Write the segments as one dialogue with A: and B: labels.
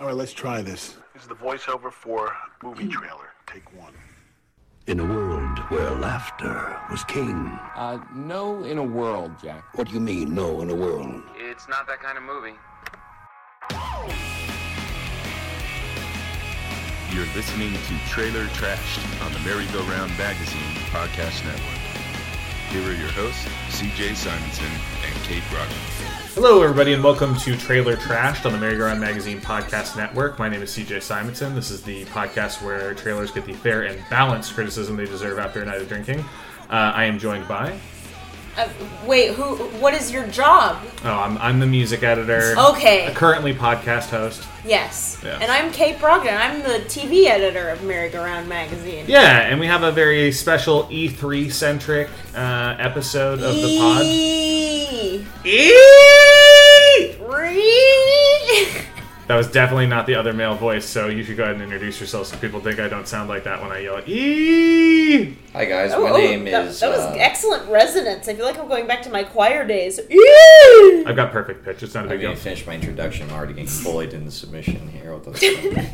A: All right, let's try this.
B: This is the voiceover for movie trailer. Take one.
C: In a world where laughter was king.
D: Uh, no, in a world, Jack.
C: What do you mean, no, in a world?
E: It's not that kind of movie.
F: You're listening to Trailer Trashed on the Merry-Go-Round Magazine Podcast Network. Here are your hosts, CJ Simonson and Kate Brockman.
G: Hello, everybody, and welcome to Trailer Trashed on the Merry-Go-Round Magazine Podcast Network. My name is CJ Simonson. This is the podcast where trailers get the fair and balanced criticism they deserve after a night of drinking. Uh, I am joined by.
H: Uh, wait, who? What is your job?
G: Oh, I'm, I'm the music editor.
H: Okay.
G: Currently podcast host.
H: Yes.
G: Yeah.
H: And I'm Kate Brogdon. I'm the TV editor of Merry-Go-Round magazine.
G: Yeah, and we have a very special E3 centric uh, episode of the
H: E
G: pod.
H: Eee.
G: E3!
H: Ree-
G: That was definitely not the other male voice, so you should go ahead and introduce yourself so people think I don't sound like that when I yell E.
I: Hi guys, my
H: Oh,
I: name
H: that,
I: is.
H: That was
I: uh,
H: excellent resonance. I feel like I'm going back to my choir days.
G: I've got perfect pitch. It's not a
I: I
G: big deal.
I: didn't finish my introduction. I'm already getting bullied in the submission here. What the fuck?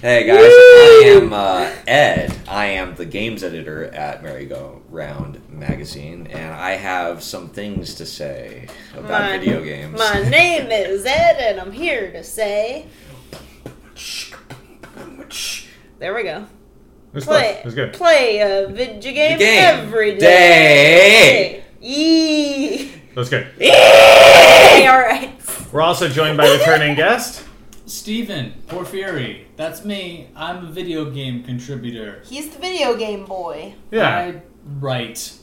I: hey guys, I am uh, Ed. I am the games editor at Merry Go Round Magazine, and I have some things to say about
H: My-
I: video games.
H: My name is Ed, and I'm here to say. There we go.
G: It's close.
H: Play,
G: It was good.
H: play a video game,
I: game
H: every day.
I: day.
H: Yee.
G: It was good.
H: Okay, all right.
G: We're also joined by returning guest.
J: Steven Porfieri, that's me. I'm a video game contributor.
H: He's the video game boy,
G: Yeah.
J: I write.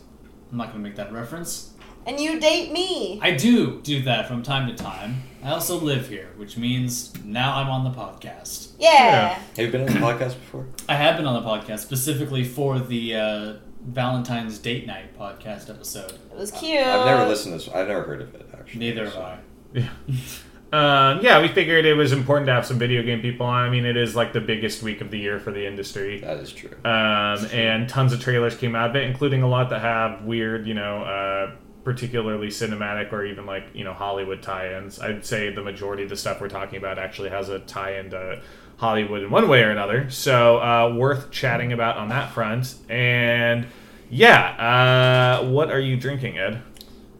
J: I'm not gonna make that reference.
H: and you date me.
J: I do do that from time to time. I also live here, which means now I'm on the podcast.
H: Yeah.
I: Have you been on the podcast before?
J: I have been on the podcast specifically for the uh, Valentine's Date Night podcast episode.
H: It was cute.
I: I've never listened to this. I've never heard of it actually.
J: Neither have
I: so.
J: I.
G: Um, yeah, we figured it was important to have some video game people on. I mean, it is like the biggest week of the year for the industry.
I: That is true.
G: Um, and tons of trailers came out of it, including a lot that have weird, you know, uh, particularly cinematic or even like, you know, Hollywood tie ins. I'd say the majority of the stuff we're talking about actually has a tie in to Hollywood in one way or another. So, uh, worth chatting about on that front. And yeah, uh, what are you drinking, Ed?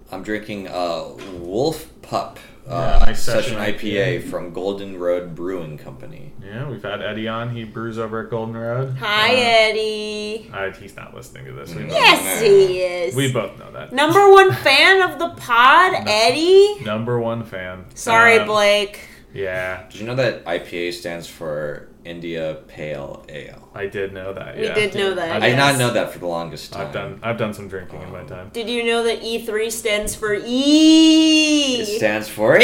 I: I'm drinking uh, Wolf Pup
G: Yeah,
I: uh,
G: nice
I: session
G: session
I: IPA from Golden Road Brewing Company.
G: Yeah, we've had Eddie on. He brews over at Golden Road.
H: Hi, Eddie.
G: Uh, he's not listening to this. We both,
H: Yes, he is.
G: we both know that.
H: Number one fan of the pod, Eddie.
G: Number one fan.
H: Sorry,
G: Um,
H: Blake.
G: Yeah,
I: Did you know that IPA stands for India Pale Ale?
G: I did know that.
H: We
G: yeah.
H: did know that.
I: I did not
H: yes.
I: know that for the longest time.
G: I've done. I've done some drinking in my time.
H: Did you know that E3 stands for E?
I: It stands for.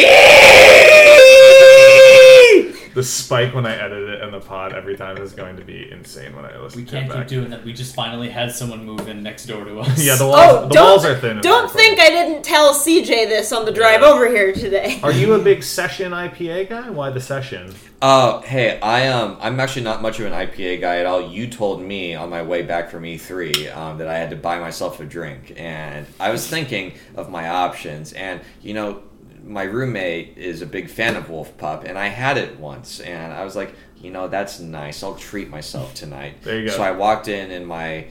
I: E!
G: The spike when I edit it in the pod every time is going to be insane when I listen
J: We
G: to
J: can't
G: it
J: keep
G: back.
J: doing that. We just finally had someone move in next door to us.
G: yeah, the walls.
H: oh,
G: the
H: don't,
G: walls are thin. in
H: Don't
G: Vancouver.
H: think I didn't tell CJ this on the drive
G: Yeah.
H: over here today.
G: Are you a big session IPA guy? Why the session?
I: Oh, hey, I um, I'm actually not much of an IPA guy at all. You told me on my way back from E3 um, that I had to buy myself a drink, and I was thinking of my options, and you know, my roommate is a big fan of Wolf Pup, and I had it once, and I was like, you know, that's nice. I'll treat myself tonight.
G: There you go.
I: So I walked in in my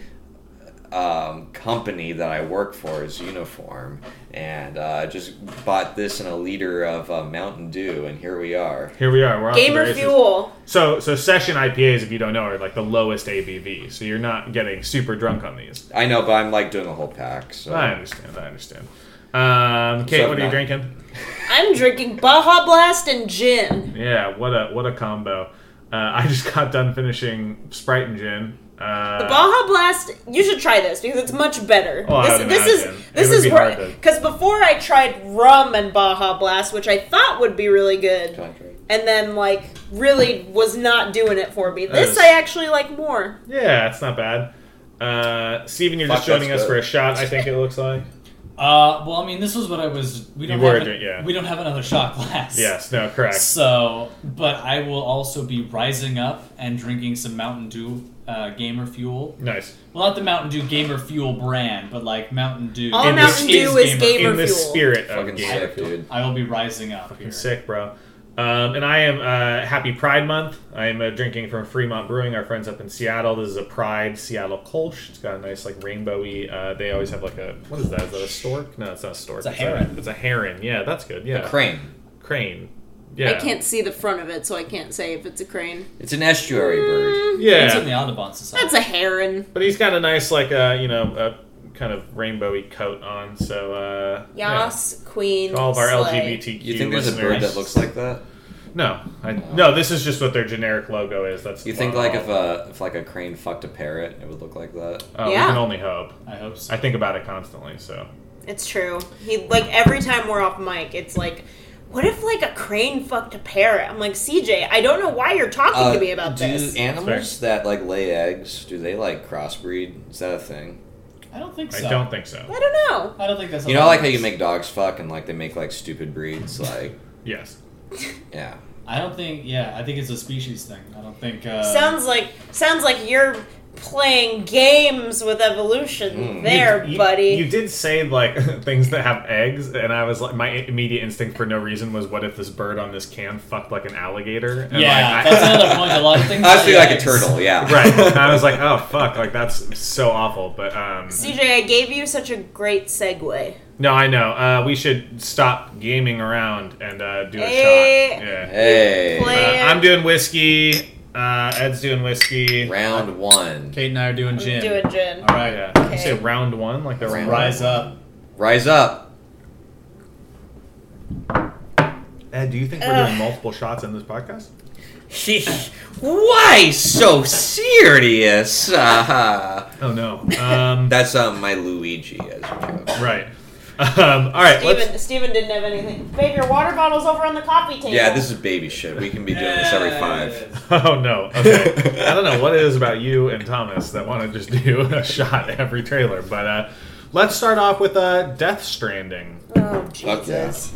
I: um, company that I work for is uniform, and uh, I just bought this and a liter of uh, Mountain Dew, and here we are.
G: Here we are. We're off to the
H: Gamer
G: races.
H: Fuel.
G: So, so session IPAs, if you don't know, are like the lowest ABV. So you're not getting super drunk on these.
I: I know, but I'm like doing a whole pack. So
G: I understand. I understand. Um, Kate,
I: So
G: what are you
I: not-
G: drinking?
H: I'm drinking Baja Blast and gin.
G: Yeah, what a what a combo. Uh, I just got done finishing Sprite and Gin. Uh,
H: The Baja Blast, you should try this because it's much better.
G: Well, Oh, I
H: this
G: would
H: this
G: imagine.
H: is
G: It
H: this
G: would
H: is
G: be
H: where-
G: hard to-
H: before I tried rum and Baja Blast, which I thought would be really good, and then like really was not doing it for me. This
G: is-
H: I actually like more.
G: yeah, it's not bad. Uh, Steven, you're
I: Fuck,
G: just joining
I: that's
G: us
I: good.
G: for a shot. I think it looks like.
J: Uh, well, I mean, this was what I was. We don't
G: You were
J: have
G: doing- yeah.
J: We don't have another shot glass.
G: Yes, no, correct.
J: So, but I will also be rising up and drinking some Mountain Dew uh, Gamer Fuel.
G: Nice.
J: Well, not the Mountain Dew Gamer Fuel brand, but like Mountain Dew.
H: All
G: In the-
H: Mountain Dew is gamer
G: In the
H: fuel.
G: spirit of
I: fucking
G: game.
I: sick, dude.
J: I will be rising up here.
G: Sick, bro. Um, and I am uh, happy Pride Month. I am uh, drinking from Fremont Brewing, our friends up in Seattle. This is a Pride Seatable Kolsch. It's got a nice like rainbowy. Uh, they always have like a what is that? Is that a stork? No, it's not a stork.
J: It's a heron.
G: It's a heron. Yeah, that's good. Yeah,
I: Crane.
G: crane. Yeah,
H: I can't see the front of it, so I can't say if it's a crane.
I: It's an estuary bird.
G: Yeah,
J: It's in the Audubon Society.
H: That's a heron.
G: But he's got a nice, like, uh, you know, a kind of rainbowy coat on. So, uh, yeah.
H: Yas, queen.
G: To all of our
H: slay.
G: LGBTQ.
I: You think there's a bird
G: listeners-
I: that looks like that?
G: No, I, no. This is just what their generic logo is. That's
I: You think like if a if like a crane fucked a parrot, it would look like that?
G: Oh,
H: Yeah.
G: We can only hope.
J: I hope so.
G: I think about it constantly. So
H: It's true. He like every time we're off mic, it's like, what if like a crane fucked a parrot? I'm like CJ, I don't know why you're talking
I: Uh,
H: to me about
I: do
H: this.
I: animals that like lay eggs do they like crossbreed? Is that a thing?
J: I don't think so.
G: I don't think so.
H: I don't know.
J: I don't think that's.
I: You know, like how
J: allowed.
I: you make dogs fuck and like they make like stupid breeds, like
G: Yes.
I: yeah.
J: I don't think. Yeah, I think it's a species thing. I don't think. Uh,
H: sounds like sounds like you're playing games with evolution
I: Mm.
H: there,
G: You- you-
H: buddy.
G: You did say like things that have eggs, and I was like, my immediate instinct for no reason was, what if this bird on this can fucked like an alligator? And,
J: yeah,
G: like, I-
J: that's another point. A lot of things.
I: Honestly,
J: are
I: like a
J: eggs.
I: turtle, yeah.
G: Right, and I was like, "Oh fuck!" Like that's so awful. But um,
H: CJ, I gave you such a great segue.
G: No, I know. Uh, we should stop gaming around and uh, do a
H: Hey.
G: shot. Yeah.
I: Hey,
H: Play-
G: Uh, I'm doing whiskey. Uh, Ed's doing whiskey.
I: round one,
J: Kate and I are doing gin.
H: Do a gin.
J: All right.
G: Yeah.
H: Okay.
G: You say round one, like the round.
J: Rise up.
I: rise up.
G: Ed, do you think we're doing multiple shots in this podcast?
I: Why so serious? Uh-huh.
G: Oh no. Um,
I: That's um, my Luigi as a joke.
G: right. Um, all right. Let's,
H: Steven, Steven didn't have anything. Babe, your water bottle's over on the coffee table.
I: Yeah, this is baby shit. We can be doing this every five.
G: oh no. Okay. I don't know what it is about you and Thomas that want to just do a shot every trailer, but uh, let's start off with uh, Death Stranding.
H: Oh
I: Fuck yeah.
H: Jesus.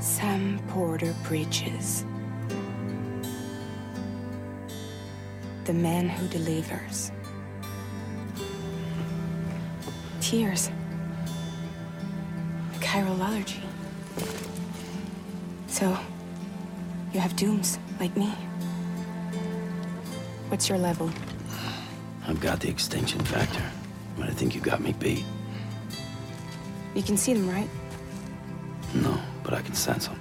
A: Sam Porter preaches. The man who delivers. Tears. Chiral allergy. So, you have dooms like me. What's your level?
C: I've got the extinction factor, but I think you got me beat.
A: You can see them, right?
C: No, but I can sense them.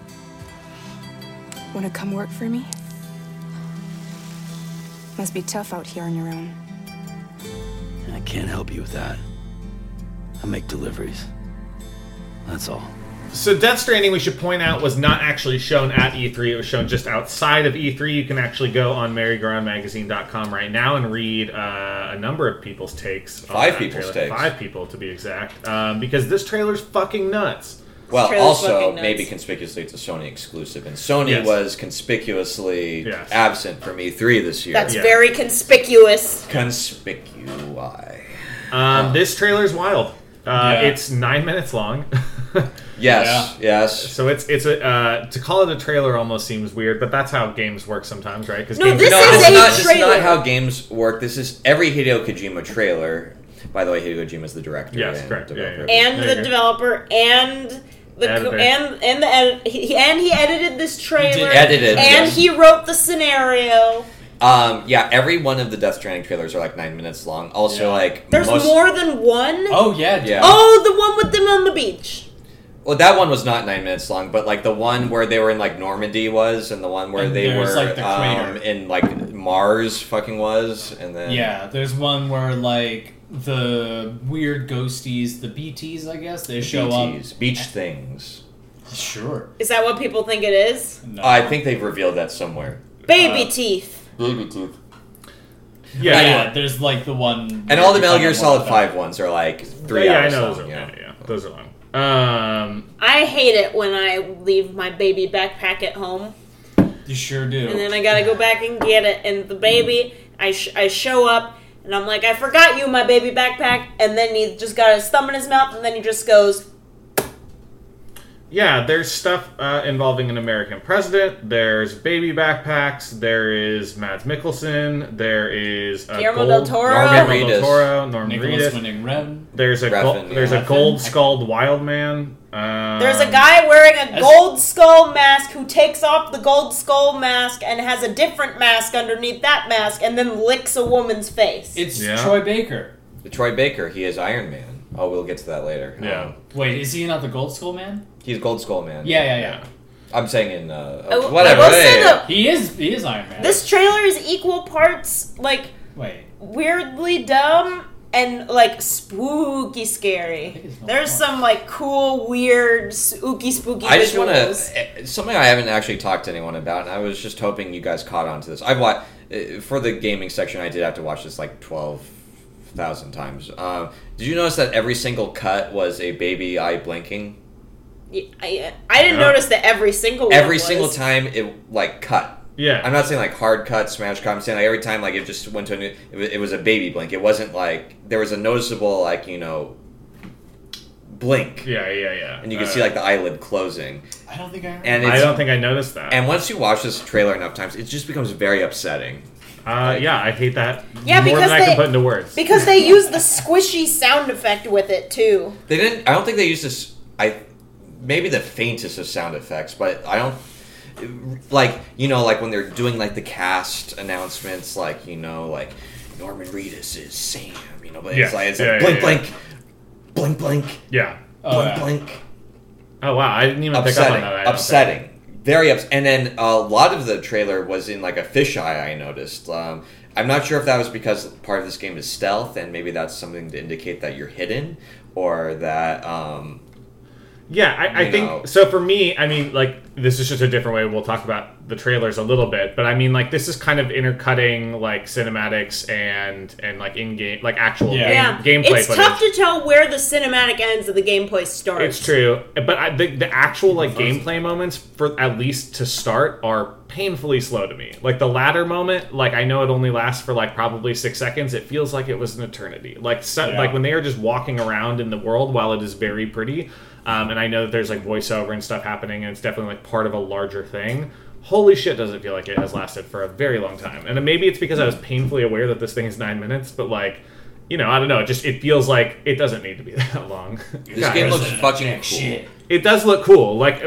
A: Want to come work for me? Must be tough out here on your own.
C: I can't help you with that. I make deliveries. That's all.
G: So Death Stranding, we should point out, was not actually shown at E3. It was shown just outside of E3. You can actually go on merrygoundmagazine.com right now and read uh, a number of people's takes. on
I: Five
G: that
I: people's
G: trailer.
I: takes.
G: Five people, to be exact. Um, because this trailer's fucking nuts.
I: Well,
H: trailer's
I: also
H: fucking nuts.
I: maybe conspicuously it's a Sony exclusive, and Sony
G: Yes.
I: was conspicuously
G: Yes.
I: absent from E3 this year.
H: That's
G: Yeah.
H: very conspicuous.
I: conspicuous.
G: Um, this trailer's wild. Uh,
J: Yeah.
G: It's nine minutes long.
I: Yes, yes.
G: so it's it's a uh, to call it a trailer almost seems weird, but that's how games work sometimes, right? Because
H: No, this
I: no,
H: is
I: this,
H: a
I: is not, this is
H: trailer.
I: not how games work. This is every Hideo Kojima trailer. By the way, Hideo Kojima is the director.
G: Yes,
I: and
G: correct. Yeah,
I: developer.
G: yeah,
H: And
G: There you
H: the
G: go.
H: developer and the co-
G: Editor.
H: and and the edit, he, and he edited this trailer.
I: Edited,
H: and
I: yes.
H: he wrote the scenario.
I: Um, yeah, every one of the Death Stranding trailers are like nine minutes long. Also,
J: Yeah.
I: like
H: There's
I: most,
H: more than one.
J: Oh yeah. dude.
I: Yeah.
H: Oh, the one with them on the beach.
I: Well, that one was not nine minutes long, but like the one where they were in like Normandy was, and the one where
J: And
I: they
J: there's,
I: were
J: like, the
I: um,
J: crater.
I: in like Mars fucking was, and then
J: Yeah, there's one where like the weird ghosties, the BTs, I guess they show
I: BTs, beach things.
J: up. Sure.
H: Is that what people think it is?
J: No.
I: I think they've revealed that somewhere.
G: Uh,
H: Baby teeth.
I: Baby tooth.
J: Yeah,
G: yeah, yeah.
J: there's like the one.
I: And all the
J: Metal
I: Metal Gear Solid Five ones are like
G: Yeah,
I: three
G: yeah, I
I: hours
G: know
I: long.
G: those are
I: yeah.
G: yeah, yeah, those are long. Um,
H: I hate it when I leave my baby backpack at home,
J: You sure do.
H: and then I gotta go back and get it. And the baby, I sh- I show up, and I'm like, I forgot you, my baby backpack. And then he just got his thumb in his mouth, and then he just goes,
G: yeah, there's stuff uh, involving an American president. There's baby backpacks. There is Mads Mikkelsen. There is a
H: Guillermo
G: gold,
H: del Toro.
I: Norman
G: Guillermo del
I: Reedus.
G: Toro. Norman
J: Nicholas
G: Reedus.
J: winning red.
G: There's a
I: Refn,
G: gold,
I: yeah.
G: there's a
J: Refn.
G: gold scald wild man. Um,
H: There's a guy wearing a gold skull mask who takes off the gold skull mask and has a different mask underneath that mask and then licks a woman's face.
J: It's
G: Yeah.
J: Troy Baker.
I: The Troy Baker, he is Iron Man. Oh, we'll get to that later.
G: Yeah.
I: Um,
J: Wait, is he not the Gold Skull Man?
I: he's Gold Skull Man.
J: Yeah, yeah, yeah.
G: Yeah.
I: I'm saying in uh,
H: I will- I
I: whatever.
H: will say
I: hey.
H: though,
J: He is. He is Iron Man.
H: this trailer is equal parts like
J: Wait.
H: weirdly dumb and like spooky scary.
J: think it's not
H: There's
J: much.
H: some like cool, weird, spooky, spooky.
I: I just want
H: visuals.
I: to something I haven't actually talked to anyone about, and I was just hoping you guys caught on to this. I've watched for the gaming section. I did have to watch this like twelve thousand times. Um, did you notice that every single cut was a baby eye blinking?
H: Y- I, I didn't
G: Yeah.
H: notice that every single one Oh,
I: Every
H: was.
I: single time it like cut.
G: Yeah.
I: I'm not saying like hard cut, smash cut. I'm saying like every time like it just went to a new. It was, it was a baby blink. It wasn't like there was a noticeable like you know blink,
G: yeah, yeah, yeah.
I: and you could
G: Uh,
I: see like the eyelid closing.
J: I don't think I. Remember.
I: And it's,
G: I don't think I noticed that.
I: And once you watch this trailer enough times, it just becomes very upsetting.
G: uh, yeah, I hate that.
H: Yeah,
G: more
H: because
G: than I
H: they-
G: can put into words.
H: because they use the squishy sound effect with it too.
I: They didn't. I don't think they used this. I maybe the faintest of sound effects, but I don't like you know like when they're doing like the cast announcements, like you know like Norman Reedus is Sam, you know, but
G: Yeah.
I: it's like it's
G: Yeah,
I: like
G: yeah, yeah.
I: blink, blink, blink, blink,
G: yeah.
J: Oh,
I: blink,
J: yeah.
I: blink.
G: Oh wow, I didn't even
I: upsetting,
G: pick up on that. I don't
I: upsetting, very upset. And then a lot of the trailer was in like a fisheye. I noticed. Um, I'm not sure if that was because part of this game is stealth, and maybe that's something to indicate that you're hidden, or that um,
G: Yeah, I, I
I: You
G: think
I: know.
G: so. For me, I mean, like this is just a different way. We'll talk about the trailers a little bit, but I mean, like this is kind of intercutting like cinematics and and like in game, like actual
J: Yeah.
G: game, gameplay
H: it's
G: footage.
H: tough to tell where the cinematic ends and the gameplay starts.
G: it's true, but I, the the actual like gameplay moments for at least to start are painfully slow to me. Like the latter moment, like I know it only lasts for like probably six seconds. It feels like it was an eternity. Like so,
J: Yeah.
G: like when they are just walking around in the world while it is very pretty, um, and I know that there's like voiceover and stuff happening, and it's definitely like part of a larger thing. Holy shit, does it feel like it has lasted for a very long time? And maybe it's because I was painfully aware that this thing is nine minutes, but like. You know, I don't know. It just it feels like it doesn't need to be that long.
I: this
G: God,
I: game
G: it's-
I: looks fucking cool.
J: Shit.
G: it does look cool like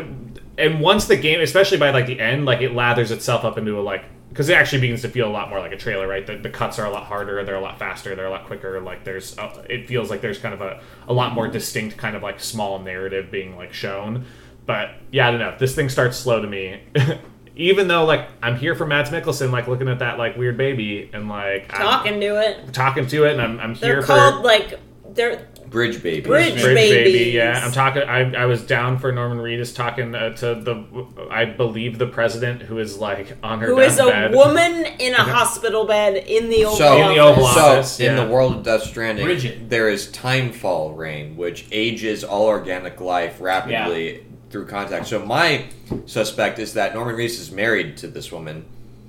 G: and once the game especially by like the end like it lathers itself up into a like because it actually begins to feel a lot more like a trailer right the, the cuts are a lot harder they're a lot faster they're a lot quicker like there's uh, it feels like there's kind of a, a lot more distinct kind of like small narrative being like shown but yeah i don't know this thing starts slow to me even though like i'm here for mads mikkelsen like looking at that like weird baby and like I'm
H: Talking to it.
G: talking to it and i'm, I'm
H: They're
G: here for
H: called like they're
I: Bridge baby.
H: Bridge.
G: Bridge baby,
H: Babies.
G: yeah. I'm talking. I, I was down for Norman Reedus talking uh, to the, I believe the president who is like on her
H: who is a
G: deathbed.
H: woman in a hospital bed in the old
I: So,
G: In the Oval
I: so
G: Office,
I: in
G: yeah.
I: the world of Death Stranding,
J: Bridget.
I: there is timefall rain, which ages all organic life rapidly through contact. So my suspect is that Norman Reese is married to this woman,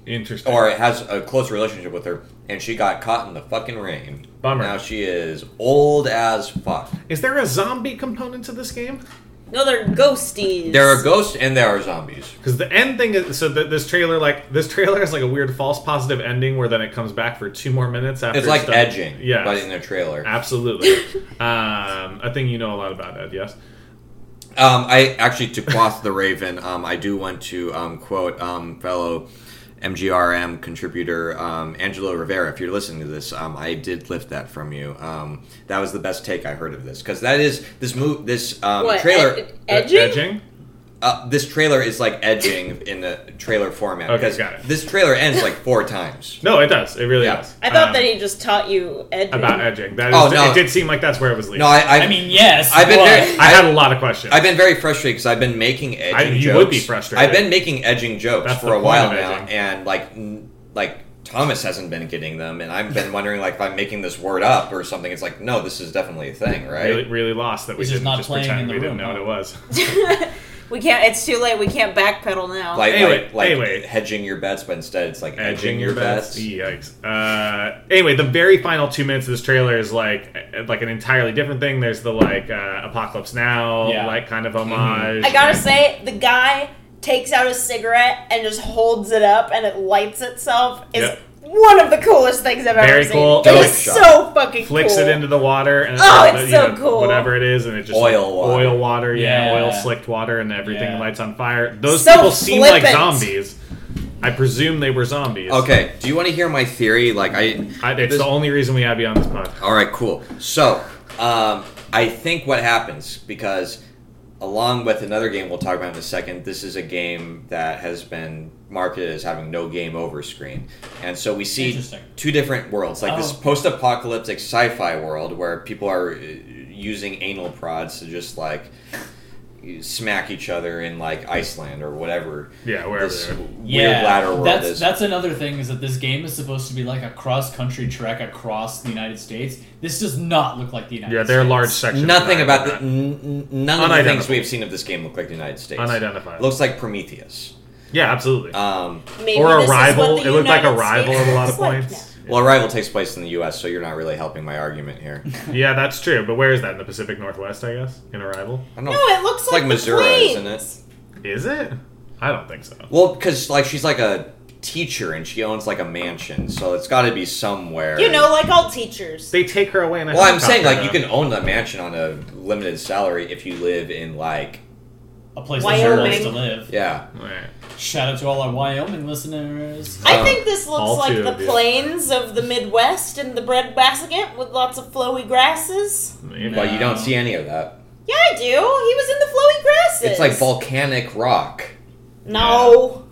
G: Interesting.
I: or has a close relationship with her, and she got caught in the fucking rain.
G: Bummer.
I: Now she is old as fuck.
G: is there a zombie component to this game?
H: No, they're ghosties.
I: There are ghosts and there are zombies.
G: Because the end thing is so that this trailer like this trailer is like a weird false positive ending where then it comes back for two more minutes after
I: It's like
G: done.
I: edging,
G: Yes.
I: but in a trailer.
G: Absolutely. um, I think you know a lot about Ed. Yes. E-,
I: Um, I actually to quoth the Raven, um, I do want to um, quote um, fellow MGRM contributor um, Angelo Rivera. If you're listening to this, um, I did lift that from you. Um, that was the best take I heard of this because that is this move this um,
H: What,
I: trailer.
H: ed- edging?
G: Edging.
I: uh, this trailer is like edging in the trailer format
G: Okay,
I: because
G: got it.
I: this trailer ends like four times.
G: No, it does. It really
I: Yeah.
G: does.
H: I thought
G: Um,
H: that he just taught you Ed.
G: about edging. That is,
I: Oh, no.
G: it did seem like that's where it was leading.
I: No, I, I've,
J: I mean, yes.
I: I've been
J: but-
I: very-
G: I had a lot of questions.
I: I've been very frustrated because I've been making edging
G: I- you
I: jokes.
G: would be frustrated.
I: I've been making edging jokes
G: That's the
I: for a
G: point
I: while
G: of
I: now,
G: edging.
I: and like n- like Thomas hasn't been getting them, and I've been wondering like if I'm making this word up or something. It's like no, this is definitely a thing, right?
G: really, really lost that we
J: He's just
G: didn't
J: not
G: just
J: playing
G: pretend
J: in the
G: we didn't
J: room,
G: know what
J: huh?
G: it was.
H: We can't. It's too late. We can't backpedal now.
I: Like,
G: Anyway,
I: like, like
G: anyway.
I: hedging your bets, but instead it's like edging, your bets.
G: Yikes. Uh, anyway, the very final two minutes of this trailer is like uh, like an entirely different thing. There's the like uh, apocalypse now,
J: Yeah. Mm-hmm.
G: like kind of homage.
H: I gotta say, the guy takes out a cigarette and just holds it up, and it lights itself. Is
G: Yep.
H: one of the coolest things I've
G: Very
H: ever
G: cool.
H: seen. It
I: Flick
H: is
I: shot.
H: so fucking
G: flicks it
H: cool.
G: into the water and
H: Oh,
G: all the-
H: it's
G: you
H: so
G: know,
H: cool.
G: whatever it is and it just
I: Oil water.
G: oil water yeah,
J: Yeah.
G: oil slicked water and everything
J: Yeah.
G: lights on fire those
H: So
G: people seem like
H: flippant.
G: zombies I presume they were zombies
I: Okay, do you want to hear my theory? Like I,
G: I, it's
I: this-
G: the only reason we had to be on this pod
I: All right, cool. So, um, I think what happens because, along with another game we'll talk about in a second, this is a game that has been marketed as having no game over screen, and so we see
J: Interesting.
I: two different worlds, like this
J: Oh.
I: post-apocalyptic sci-fi world where people are uh, using anal prods to just like smack each other in like Iceland or whatever.
G: Yeah, wherever
I: this
G: they are.
I: weird
J: yeah,
I: ladder world
J: that's
I: is.
J: that's another thing is that this game is supposed to be like a cross country trek across the United States. This does not look like the United.
G: yeah
J: States.
G: they're large sections
I: Nothing about the,
G: that.
I: n- n- none of the things
G: Unidentifiable.
I: we've seen of this game look like the United States.
G: Unidentifiable.
I: Looks like Prometheus.
G: yeah absolutely
I: Um,
H: Maybe
G: or
H: this is what
G: arrival
H: the
G: it looked like
H: United
G: arrival
H: States
G: at a lot of
H: looks like
G: points
I: well, Arrival takes place in the U.S., so you're not really helping my argument here.
G: yeah that's true but where is that in the Pacific Northwest I guess in arrival
I: I don't
H: now. No, it looks
I: it's
H: like,
I: like,
H: the
I: Missouri,
H: plains.
I: isn't it?
G: is it I don't think so
I: Well, because like she's like a teacher and she owns like a mansion, so it's got to be somewhere.
H: You know, like all teachers.
G: they take her away in a
I: Well, I'm saying like you
G: helicopter,
I: can own the mansion on a limited salary if you live in like
J: a place that no one wants to
H: Wyoming.
J: live.
I: yeah.
G: though. Right.
J: Shout out to all our Wyoming listeners.
H: I
I: Um,
H: think this looks
G: Uh, all
H: like
G: two
H: the
G: of you.
H: plains of the Midwest and the breadbasket with lots of flowy grasses.
G: Maybe.
I: But you don't
J: No.
I: see any of that.
H: Yeah, I do. He was in the flowy grasses.
I: It's like volcanic rock.
H: No.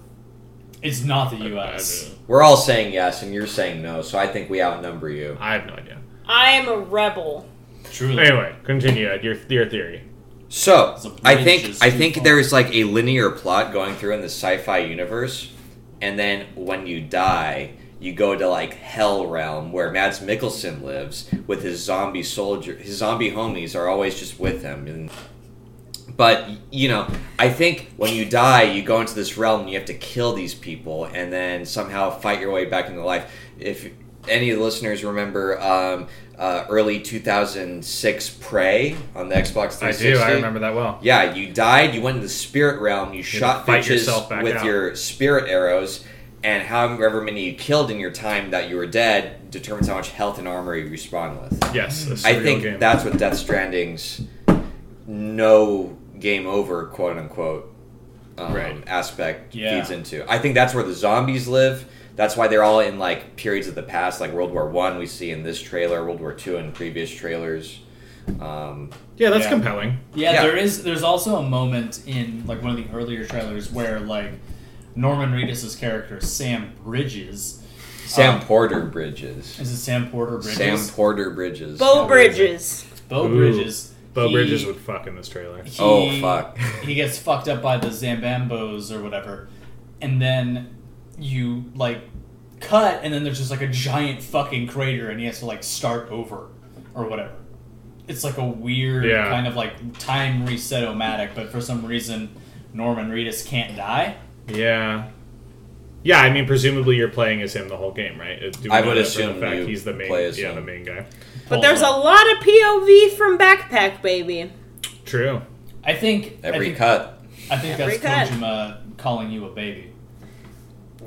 J: It's not the U.S.
I: We're all saying yes, and you're saying no, so I think we outnumber you.
G: I have no idea
H: I am a rebel.
J: Truly.
G: Anyway, continue Ed, your your theory.
I: So
J: It's a
I: I
J: bridge
I: think
J: is
I: I
J: too
I: think
J: far.
I: there is like a linear plot going through in the sci-fi universe, and then when you die, you go to like Hell Realm where Mads Mikkelsen lives with his zombie soldier. His zombie homies are always just with him, and but you know, I think when you die, you go into this realm and you have to kill these people, and then somehow fight your way back into life. If any of the listeners remember um, uh, early 2006 Prey on the Xbox 360,
G: I do. I remember that well.
I: Yeah, you died. You went into the spirit realm. You, shot
G: fight yourself
I: bitches
G: back
I: with
G: out.
I: your spirit arrows, and however many you killed in your time that you were dead determines how much health and armor you respawn with.
G: Yes, a
I: I
G: surreal
I: think
G: game.
I: that's what Death Stranding's no game over, quote unquote, um,
G: Right.
I: aspect
J: Yeah.
I: feeds into. I think that's where the zombies live. That's why they're all in like periods of the past, like World War One. We see in this trailer, World War Two in previous trailers. Um,
G: yeah, that's
J: Yeah.
G: compelling.
J: Yeah,
I: Yeah.
J: there is. There's also a moment in like one of the earlier trailers where like Norman Reedus' character Sam Bridges
I: Sam
J: Um,
I: Porter Bridges.
J: is it Sam Porter
I: Sam
J: Bridges?
I: Porter Bridges.
H: Bo
J: Bridges.
H: Bridges.
J: Bo
G: Ooh.
J: Bridges.
G: Bo
J: he-
G: Bridges would fuck in this trailer.
J: he-
I: Oh, fuck.
J: he gets fucked up by the Zambambos or whatever, and then you like cut, and then there's just like a giant fucking crater, and he has to like start over or whatever. It's like a weird
G: Yeah.
J: kind of like time reset omatic, but for some reason Norman Reedus can't die.
G: Yeah. Yeah, I mean, presumably you're playing as him the whole game, right? Uh, Do we
I: I
G: know
I: would
G: that for
I: assume
G: the fact
I: you
G: he's the main,
I: play as
G: yeah,
I: him.
G: the main guy.
H: But there's a lot of POV from Backpack Baby.
G: True.
J: I think I
I: Every
J: think-
I: cut.
J: I think
H: Every
J: that's
H: cut.
J: Kojima calling you a baby.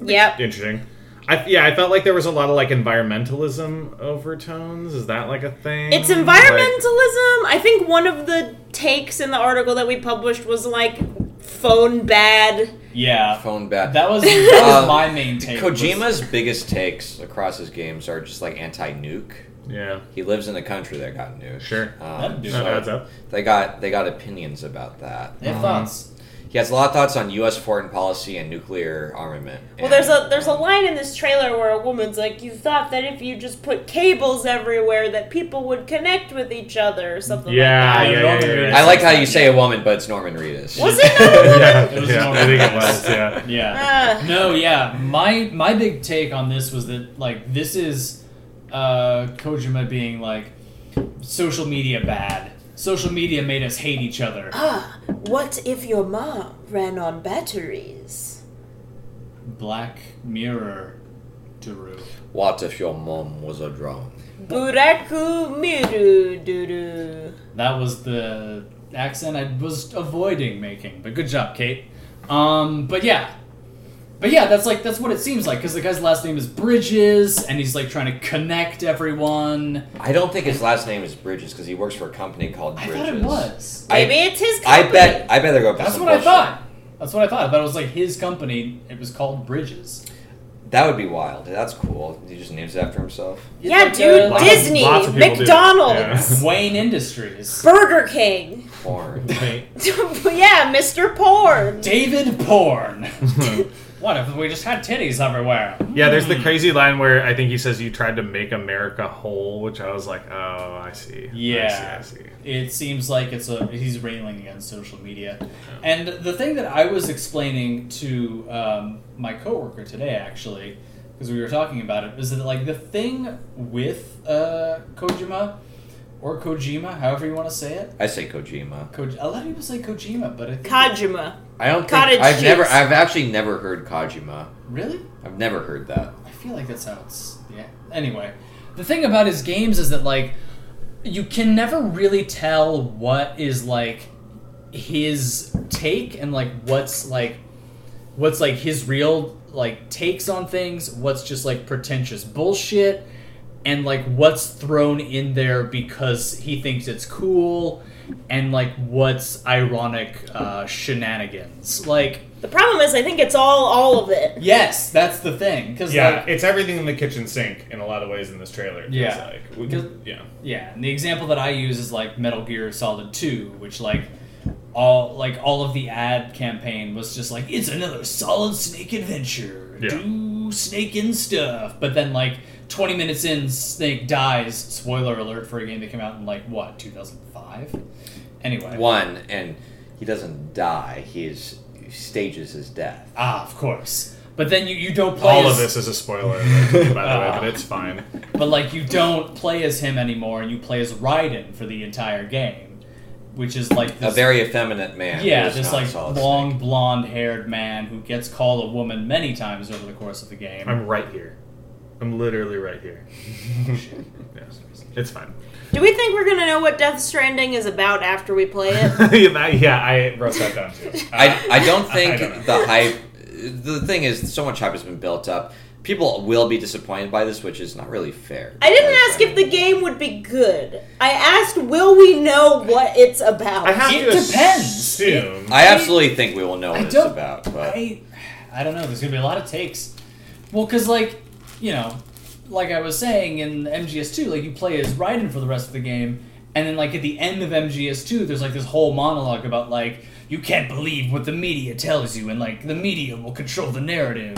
H: Yep.
G: Interesting. I, yeah, I felt like there was a lot of like environmentalism overtones. Is that like a thing?
H: It's environmentalism. I think one of the takes in the article that we published was like phone bad.
J: Yeah,
I: Phone back.
J: uh, that was, that was
I: Um,
J: my main take. was-
I: Kojima's biggest takes across his games are just like anti-nuke.
G: Like, yeah,
I: He lives in a country that got nuked.
G: Sure.
I: Um,
J: That'd do
G: that adds
I: so
G: up. Mm-hmm.
I: they got they got opinions about that.
J: They have thoughts.
I: He has a lot of thoughts on U.S. foreign policy and nuclear armament.
H: Well, there's a there's a line in this trailer where a woman's like, "You thought that if you just put cables everywhere, that people would connect with each other, or something
G: Yeah,
H: like
G: Ah, yeah,
H: that."
G: yeah, yeah, yeah.
I: I like how you say a woman, but it's Norman Reedus.
H: Was it not a woman?
G: yeah,
J: It was
G: yeah,
J: more
G: I think it
J: like-
G: was. Yeah.
J: Yeah.
H: Ah.
J: No, yeah. My my big take on this was that like this is uh, Kojima being like social media bad. social media made us hate each other.
H: What if your mom ran on batteries?
J: Black Mirror, Daru.
I: What if your mom was a drone?
H: Buraku miru duru.
J: That was the accent I was avoiding making, but good job, Kate. Um, but yeah, but yeah, that's like that's what it seems like because the guy's last name is Bridges, and he's like trying to connect everyone.
I: I don't think his last name is Bridges because he works for a company called
J: I
I: Bridges.
J: thought it was.
I: I-
H: Maybe it's his
I: I
H: company.
I: bet. I bet they're going. for
J: That's
I: some
J: what I
I: bullshit.
J: thought. That's what I thought. I thought it was like his company. It was called Bridges.
I: That would be wild. That's cool. He just names it after himself.
H: Yeah,
J: It's like
H: dude.
J: a-
G: Lots-
H: Disney,
G: lots of people do.
H: McDonald's,
J: Wayne Industries.
H: Burger King.
I: Porn.
G: Wait,
H: yeah, Mr. Porn.
J: David Porn. what if we just had titties everywhere?
G: yeah, there's the crazy line where I think he says you tried to make America whole, which I was like, oh, I see. I see,
J: Yeah.
G: I see.
J: It seems like it's a he's railing against social media, and the thing that I was explaining to um, my coworker today, actually, because we were talking about it, is that like the thing with uh, Kojima or Kojima, however you want to say it.
I: I say Kojima.
J: Ko- a lot of people say Kojima, but I think,
H: Kajima.
I: I don't. Think,
H: Cottage
I: I've
H: cheese.
I: never. I've actually never heard Kojima.
J: really,
I: I've never heard that.
J: I feel like that's how it's. Yeah. Anyway, the thing about his games is that like you can never really tell what is like his take and like what's like what's like his real like takes on things, what's just like pretentious bullshit, and like what's thrown in there because he thinks it's cool, and like what's ironic uh, shenanigans. Like
H: The problem is, I think it's all all of it.
J: yes, that's the thing because
G: Yeah,
J: like,
G: it's everything in the kitchen sink in a lot of ways in this trailer. It's
J: Yeah.
G: like, we-
J: Because-
G: yeah.
J: Yeah, and the example that I use is like Metal Gear Solid 2, which like all like all of the ad campaign was just like it's another solid snake adventure.
G: Yeah.
J: Do snake and stuff. But then like 20 minutes in Snake dies. Spoiler alert for a game that came out in like what, 2005? Anyway.
I: One and he doesn't die. He is he stages his death.
J: Ah, of course. But then you, you don't play
G: All
J: as,
G: of this is a spoiler, alert, by the way,
J: Ah.
G: but it's fine.
J: But like you don't play as him anymore and you play as Raiden for the entire game, which is like
I: A
J: this
I: very effeminate man.
J: Yeah,
I: who is
J: this
I: not a
J: like
I: solid
J: long
I: snake.
J: blonde haired man who gets called a woman many times over the course of the game.
G: I'm right here. I'm literally right here. Oh, yeah, it's fine.
H: Do we think we're gonna know what Death Stranding is about after we play it?
G: That- yeah, I wrote that down too.
I: I, I don't think
G: I don't
I: the hype. The thing is, so much hype has been built up. People will be disappointed by this, which is not really fair. um,
H: I didn't
I: Because,
H: ask if the
I: mean,
H: game would be good. I asked, will we know what it's about?
G: I have
J: It
G: to
J: depends.
G: assume.
I: I absolutely think we will know what
J: I
I: it's
J: don't-
I: about. But
J: I, I don't know. There's gonna be a lot of takes. Well, because like, you know, like I was saying in MGS2, like you play as Raiden for the rest of the game, and then like at the end of MGS2, there's like this whole monologue about like you can't believe what the media tells you, and like the media will control the narrative.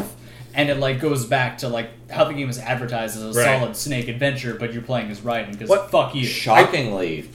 J: And it like goes back to like how the game is advertised as a
G: Right.
J: solid snake adventure, but you're playing as Raiden because
G: What-
J: fuck you.
I: shockingly,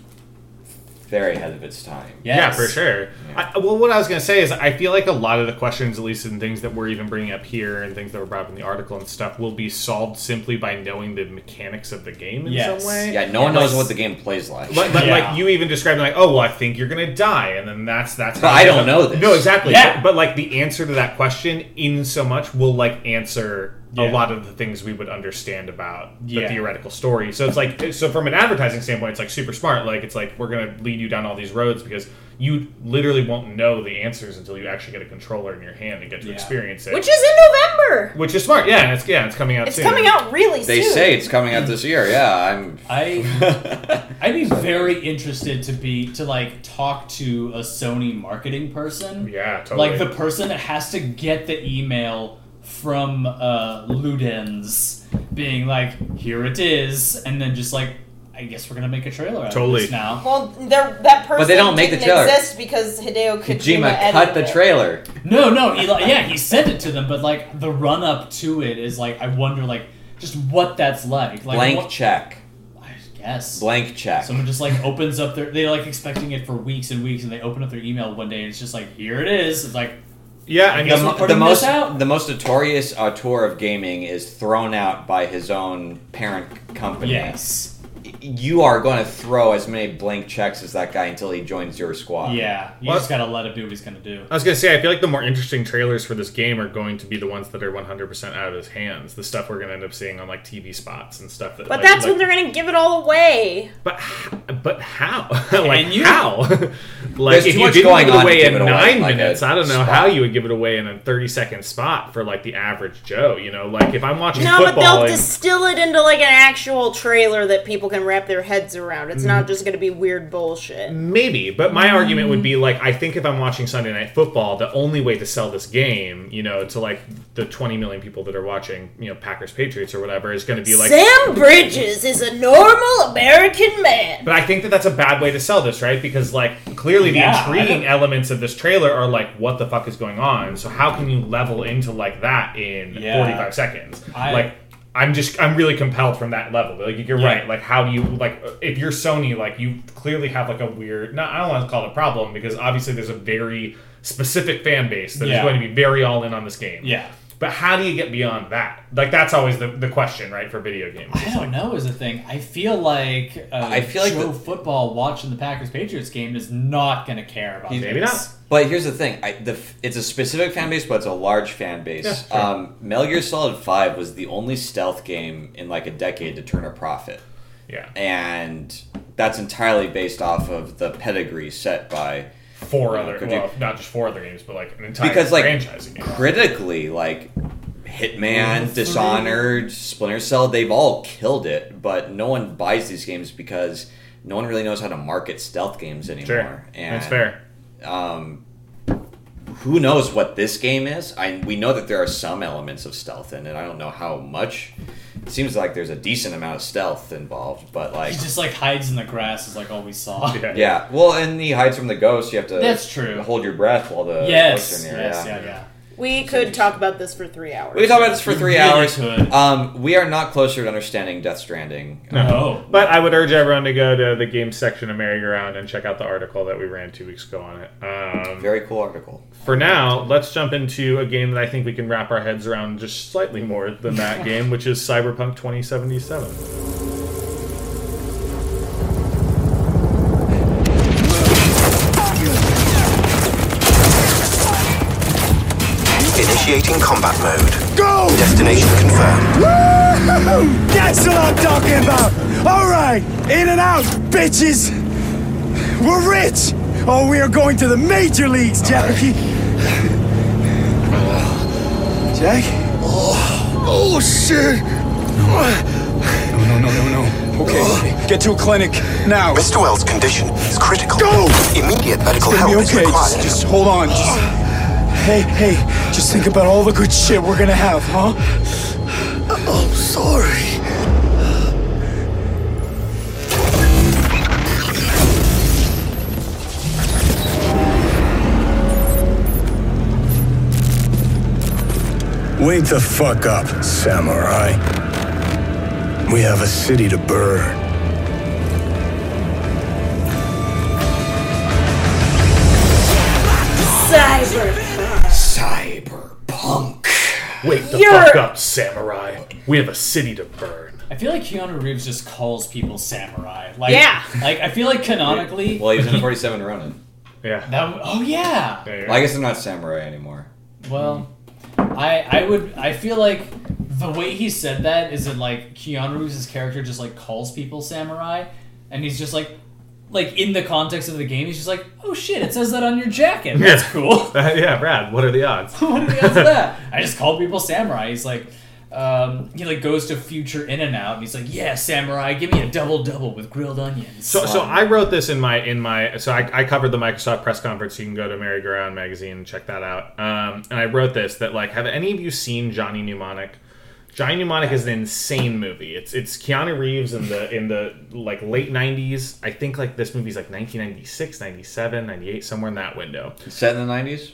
I: very ahead of its time.
G: Yeah,
J: Yes.
G: for sure. I, well, what I was going to say is, I feel like a lot of the questions, at least in things that we're even bringing up here and things that were brought up in the article and stuff, will be solved simply by knowing the mechanics of the game in
J: Yes.
G: some way.
I: Yeah, no one knows what the game plays like.
G: But, but,
J: Yeah.
G: like you even described, like, oh, well, I think you're gonna die, and then that's that's.
I: But
G: how
I: I
G: it
I: don't
G: ends up-
I: know this.
G: No, exactly.
J: Yeah.
G: But, but, like the answer to that question, in so much, will like answer
J: Yeah.
G: a lot of the things we would understand about the
J: Yeah.
G: theoretical story. So it's like, so from an advertising standpoint, it's like super smart. Like it's like we're gonna lead you down all these roads because you literally won't know the answers until you actually get a controller in your hand and get to
J: Yeah.
G: experience it.
H: Which is in November.
G: which is smart. Yeah, and it's yeah, it's coming out.
H: It's
G: soon.
H: coming out really
I: They
H: soon.
I: say it's coming out this year. Yeah, I'm.
J: I I'd be very interested to be to like talk to a Sony marketing person.
G: Yeah, totally.
J: Like the person that has to get the email from uh, Ludens being like, "Here it is," and then just like, "I guess we're gonna make a trailer out
G: Totally.
J: of this now."
H: Well, they're- that person
I: they don't make the
H: didn't
I: trailer.
H: exist because Hideo Kojima,
I: Kojima cut
H: edited
I: the
H: it.
I: trailer.
J: No, no, he, like- yeah, he sent it to them, but like the run up to it is like, I wonder like just what that's like. Like
I: Blank
J: what,
I: check.
J: I guess.
I: Blank check.
J: Someone just like opens up their they're like expecting it for weeks and weeks and they open up their email one day and it's just like here it is. It's like
G: Yeah, I
J: guess
G: mean,
J: we're
I: the,
J: putting this
I: most
J: out.
I: the most notorious auteur of gaming is thrown out by his own parent company.
J: yes.
I: you are going to throw as many blank checks as that guy until he joins your squad.
J: Yeah, you
G: Well-
J: just gotta let him do what he's gonna do.
G: I was gonna say, I feel like the more interesting trailers for this game are going to be the ones that are 100% out of his hands. The stuff we're gonna end up seeing on like TV spots and stuff. That,
H: But
G: like-
H: that's
G: like,
H: when they're gonna give it all away.
G: But h- but how? like
J: And you-
G: how? like
I: There's
G: if
I: too
G: you
I: much
G: didn't
I: going
G: give it
I: on to
G: away
I: give
G: in
I: it away,
G: nine
I: like a
G: minutes, I don't know
I: spot.
G: how you would give it away in a thirty second spot for like the average Joe. You know, like if I'm watching
H: No, but
G: football,
H: they'll
G: and-
H: distill it into like an actual trailer that people can wrap their heads around. It's not just gonna be weird
G: Mm-hmm.
H: bullshit.
G: maybe. But my argument would be like I think if I'm watching Sunday Night Football, the only way to sell this game, you know, to like the 20 million people that are watching, you know, Packers Patriots or whatever, is going to be like
H: Sam Bridges is a normal American man.
G: But I think that that's a bad way to sell this, right? Because like clearly the
J: Yeah, I
G: intriguing
J: don't-
G: elements of this trailer are like, what the fuck is going on? So how can you level into like that in
J: Yeah.
G: 45 seconds?
J: I-
G: like I'm just I'm really compelled from that level. Like you're
J: Yeah.
G: right. Like how do you like if you're Sony, like you clearly have like a weird. No, I don't want to call it a problem because obviously there's a very specific fan base that is
J: Yeah.
G: going to be very all in on this game.
J: Yeah.
G: But how do you get beyond that? Like that's always the, the question, right, for video games.
J: I don't know is the thing. I feel like uh,
I: I feel like
J: Joe
I: the-
J: football watching the Packers Patriots game is not gonna care about
G: Maybe
J: this.
G: not.
I: But here's the thing: I, the, f- it's a specific fan base, but it's a large fan base.
G: sure.
I: um, Metal Gear Solid Five was the only stealth game in like a decade to turn a profit,
G: Yeah.
I: and that's entirely based off of the pedigree set by
G: four
I: Yeah,
G: other
I: could you-
G: well, not just four other games, but like an entire
I: Because, like,
G: franchise again.
I: critically like Hitman,
G: Mm-hmm.
J: Mhm.
I: Dishonored, Splinter Cell. They've all killed it, but no one buys these games because no one really knows how to market stealth games anymore.
G: Sure,
I: And
G: that's fair.
I: um, who knows what this game is? I we know that there are some elements of stealth in it. I don't know how much. It seems like there's a decent amount of stealth involved, but like,
J: He just like hides in the grass is like all we saw.
G: Yeah.
I: yeah. Well, and he hides from the ghost. You have to.
J: That's true.
I: Hold your breath while the
J: Yes,
I: ghosts are near.
J: yes, yeah, yeah.
H: We could talk about this for three hours.
I: We can talk about this for
J: You
I: three
J: really
I: hours.
J: could.
I: Um, we are not closer to understanding Death Stranding. Um,
G: No.
J: Oh.
G: But I would urge everyone to go to the game section of Merry-Go-Round and check out the article that we ran two weeks ago on it. Um,
I: Very cool article.
G: for now, let's jump into a game that I think we can wrap our heads around just slightly more than that game, which is Cyberpunk 2077.
E: Initiating combat mode. Go! Destination confirmed.
K: That's what I'm talking about! Alright! In and out, bitches! We're rich! Oh, we are going to the major leagues, Jackie! Jack? Oh, shit!
E: No, no, no, no.
K: Okay, get to a clinic now. It's
E: Mr. Wells' condition is critical.
K: Go!
E: Immediate medical
K: gonna
E: help
K: be
E: is
K: okay. Just,
E: required.
K: just hold on. Just, hey, hey, just think about all the good shit we're gonna have, huh?
E: I'm sorry.
K: Wake the fuck up, samurai. We have a city to burn.
H: Cyber.
I: Cyberpunk.
G: Wake the
H: You're-
G: fuck up, samurai. We have a city to burn.
J: I feel like Keanu Reeves just calls people samurai. Like,
H: Yeah.
J: Like I feel like canonically.
I: Well, he was in 47 Ronin.
G: Yeah.
J: that w- oh yeah.
G: There you
I: Well, I guess I'm not samurai anymore.
J: Well, I I would I feel like the way he said that is that like Keanu Reeves' character just like calls people samurai, and he's just like like in the context of the game he's just like oh shit it says that on your jacket that's
G: Yeah.
J: cool.
G: go. yeah, Brad. What are the odds?
J: what are the odds of that? I just called people samurai. He's like, um, he like goes to future In and Out, and he's like, yeah, samurai, give me a double double with grilled onions.
G: So, so I wrote this in my in my so I, I covered the Microsoft press conference. You can go to Merry Go Round magazine and check that out. Um, and I wrote this that like, have any of you seen Johnny Mnemonic? Johnny Mnemonic is an insane movie. It's it's Keanu Reeves in the in the like late '90s. I think like this movie's like 1996, 97, 98, somewhere in that window.
I: Set in the 90s?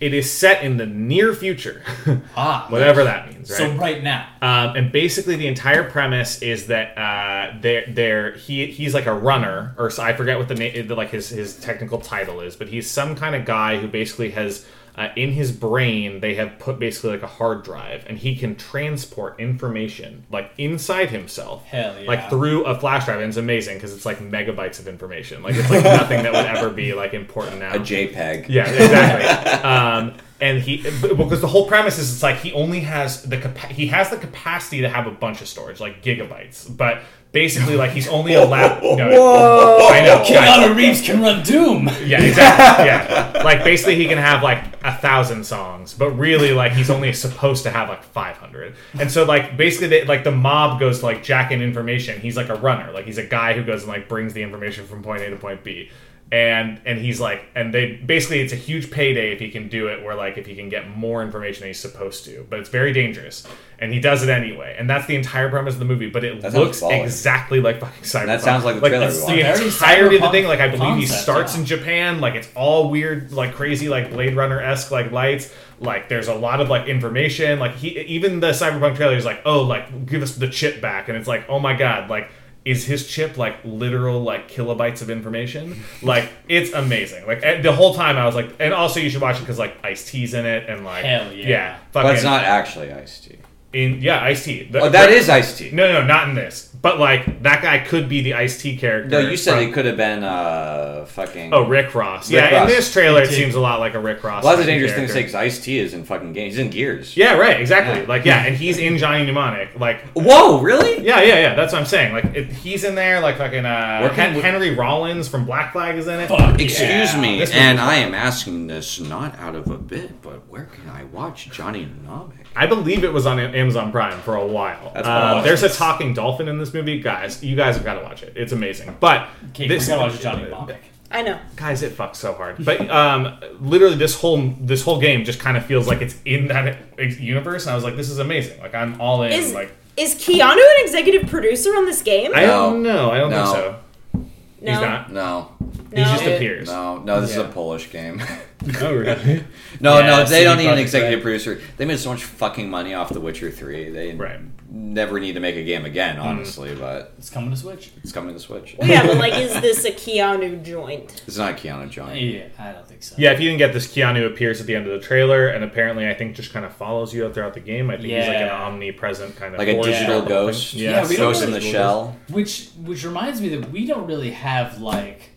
G: It is set in the near future,
J: ah,
G: whatever that means. Right?
J: So right now,
G: Um, and basically, the entire premise is that uh, they're, they're he he's like a runner, or so I forget what the name, like his his technical title is, but he's some kind of guy who basically has uh, in his brain they have put basically like a hard drive and he can transport information like inside himself
J: Hell yeah.
G: like through a flash drive and it's amazing because it's like megabytes of information like it's like nothing that would ever be like important now
I: A JPEG.
G: yeah, exactly. um, and he because the whole premise is it's like he only has the capa- he has the capacity to have a bunch of storage, like gigabytes, but basically like he's only allowed. no, I know.
J: Keanu Reeves can run Doom.
G: Yeah, exactly. Yeah, like basically he can have like a thousand songs, but really like he's only supposed to have like five hundred. And so like basically they, like the mob goes to like jack in information. He's like a runner, like he's a guy who goes and like brings the information from point A to point B. And and he's like, and they basically it's a huge payday if he can do it. Where like if he can get more information than he's supposed to, but it's very dangerous, and he does it anyway. And that's the entire premise of the movie. But it
I: That sounds
G: looks
I: solid.
G: exactly like fucking Cyberpunk.
I: That sounds like the trailer
G: that's
I: we
G: the
I: watched.
J: Very
G: entirety of the
J: cyberpunk
G: thing. Like I believe he
J: concept,
G: starts
J: yeah.
G: in Japan. Like it's all weird, like crazy, like Blade Runner esque, like lights. Like there's a lot of like information. Like he even the cyberpunk trailer is like, oh, like give us the chip back, and it's like, oh my god, like is his chip like literal like kilobytes of information? Like it's amazing. Like and the whole time I was like, and also you should watch it because like Ice T's in it and like
J: Hell yeah.
G: fucking
I: But it's not actually Ice T.
G: in yeah Ice T.
I: Oh, that is Ice T.
G: No, no, not in this. But like that guy could be the Ice T character.
I: No, you said
G: from-
I: it could have been uh, fucking.
G: Oh, Rick Ross.
I: Rick
G: yeah,
I: Ross.
G: in this trailer, it
J: Indeed.
G: seems a lot like a Rick Ross.
I: Well,
G: type
I: that's a
G: of
I: dangerous thing to say
G: character.
I: because Ice T is in fucking games. He's in Gears.
G: Yeah, right. Exactly.
I: Yeah.
G: Like, yeah, and he's in Johnny Mnemonic. Like,
I: Whoa, really?
G: yeah, yeah, yeah. That's what I'm saying. Like, it, he's in there. Like, fucking uh,
I: Working
G: Hen-
I: with-
G: Henry Rollins from Black Flag is in it.
J: Fuck
I: Excuse
G: Yeah,
I: me,
G: this
I: and
G: movie-
I: I am asking this not out of a bit, but where can I watch Johnny Nomic?
G: I believe it was on Amazon Prime for a while.
I: That's what I
G: uh,
I: watched.
G: there's a talking dolphin in this movie, guys. You guys have got to watch it. It's amazing. But
J: Okay,
G: this
J: we gotta watch Johnny Mnemonic.
H: I know.
G: guys it fucks so hard but um literally this whole this whole game just kind of feels like it's in that ex- universe and i was like this is amazing like i'm all in
H: Is
G: like
H: is Keanu an executive producer on this game?
G: i don't
I: No.
G: know i don't
I: No.
G: think so
H: no.
G: he's not
I: No,
G: he just
H: No.
G: appears
I: no, no. This is
J: Yeah.
I: a Polish game.
G: oh really
I: no,
J: Yeah,
I: no,
J: CD
I: they don't need an
J: Projekt
I: executive
J: Red.
I: producer. They made so much fucking money off The Witcher Three. They
G: Right. Mm-hmm.
I: never need to make a game again, honestly. But
J: It's coming to Switch.
I: it's coming to Switch.
H: Well, yeah, but like, is this a Keanu joint?
I: It's not Keanu Johnny.
J: Yeah, I don't think so.
G: yeah if you can get this keanu appears at the end of the trailer and apparently i think just kind of follows you throughout the game i think he's like an
J: Yeah.
G: omnipresent kind of
I: Like a
G: force
I: digital
G: thing.
I: ghost.
G: yeah,
J: Yeah, we
I: Ghost
J: don't
I: in the
J: really-
I: Shell.
J: Which which reminds me that we don't really have like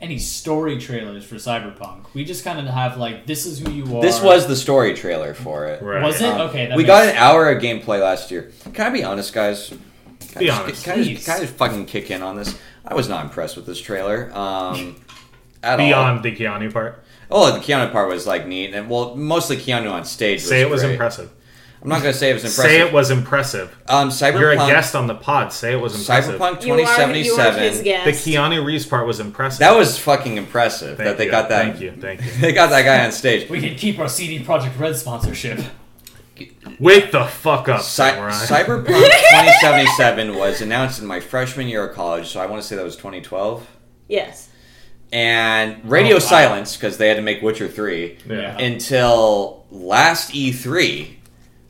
J: any story trailers for Cyberpunk. We just kind of have like this is who you are.
I: This was the story trailer for it. Um,
G: Right.
J: was it okay. That
I: we
J: makes-
I: got an hour of gameplay last year. Can I be honest, guys? Can
G: Be
I: I just,
G: honest.
I: Can I, just,
J: Please.
I: can I just fucking kick in on this? I was not impressed with this trailer. Um, at
G: beyond the keanu part
I: all. Oh, the Keanu part was like neat, and well, mostly Keanu on stage.
G: say it was
I: great.
G: impressive
I: I'm not gonna say it was impressive.
G: say it was impressive
I: Um, Cyberpunk.
G: you're a guest on the pod say it was impressive
I: Cyberpunk
H: You are, you are his
I: 2077.
H: guest.
G: the keanu reeves part was impressive
I: That was fucking impressive that they
G: you.
I: got that.
G: Thank you. Thank you.
I: They got that guy on stage.
J: We can keep our CD Project Red sponsorship.
G: Wake the fuck up,
I: Cy-
G: Samurai.
I: Cyberpunk 2077 was announced in my freshman year of college, so I want to say that was 2012.
H: Yes.
I: and radio
J: Oh, wow.
I: silence because they had to make Witcher three
G: Yeah.
I: until last E three.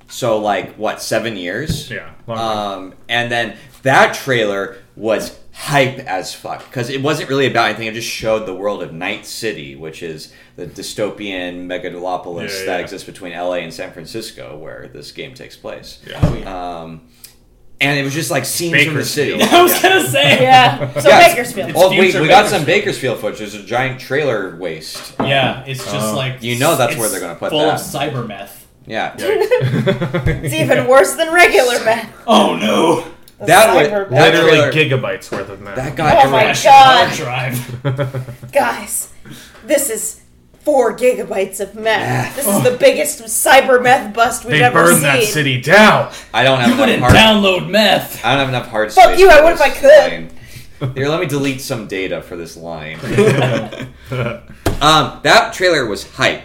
I: So like what seven years?
G: Yeah, long time.
I: Um, and then that trailer was hype as fuck because it wasn't really about anything. It just showed the world of Night City, which is the dystopian megalopolis
G: Yeah, yeah,
I: that
G: yeah.
I: exists between LA and San Francisco, where this game takes place.
J: Oh, yeah.
I: Um, and it was just like scenes from the city.
G: Bakersfield.
J: I was gonna say.
H: Yeah. So
I: Yeah, it's-
H: Bakersfield.
I: Oh, we,
J: future
I: we got
J: Bakersfield.
I: some Bakersfield footage. There's a giant trailer waste.
J: Yeah, it's
G: Uh-huh.
J: just like
I: You know that's where
J: it's
I: they're gonna put
J: full of
I: that.
J: cyber meth.
I: Yeah.
H: It's even worse than regular meth.
J: Oh no!
I: That was
H: Cyber-
I: that
G: Literally
I: trailer-
G: gigabytes worth of math.
I: That got
H: Oh my
I: everyone.
H: God. God.
J: Hard drive.
H: Guys, this is four gigabytes of meth. This is the biggest cyber meth bust we've
G: They
H: ever
G: burned
H: seen.
G: that city down.
I: I don't have
J: You wouldn't
I: enough hard.
J: download meth.
I: I don't have enough hard
H: Fuck
I: space.
H: you,
I: for
H: I would if
I: this
H: I could.
I: line. Here, let me delete some data for this line. um, that trailer was hype.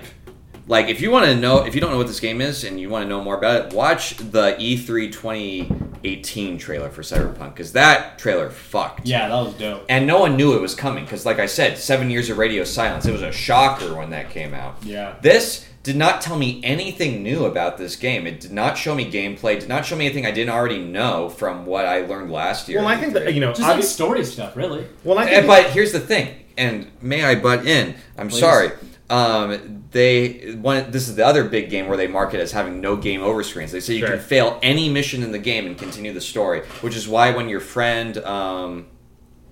I: Like, if you want to know, if you don't know what this game is and you want to know more about it, watch the E E3 2018 trailer for Cyberpunk because that trailer fucked.
J: Yeah, that was dope.
I: And no one knew it was coming because, like I said, seven years of radio silence. It was a shocker when that came out.
J: Yeah.
I: This did not tell me anything new about this game. It did not show me gameplay. Did not show me anything I didn't already know from what I learned last year. Eh,
G: Well, I think that uh, you know.
J: Just like
G: obvi-
J: story stuff, really.
G: well, I
I: And-
G: think.
I: but here's the thing, and may I butt in? I'm sorry. Um, they one this is the other big game where they market as having no game over screens. They say you
G: Sure.
I: can fail any mission in the game and continue the story, which is why when your friend um,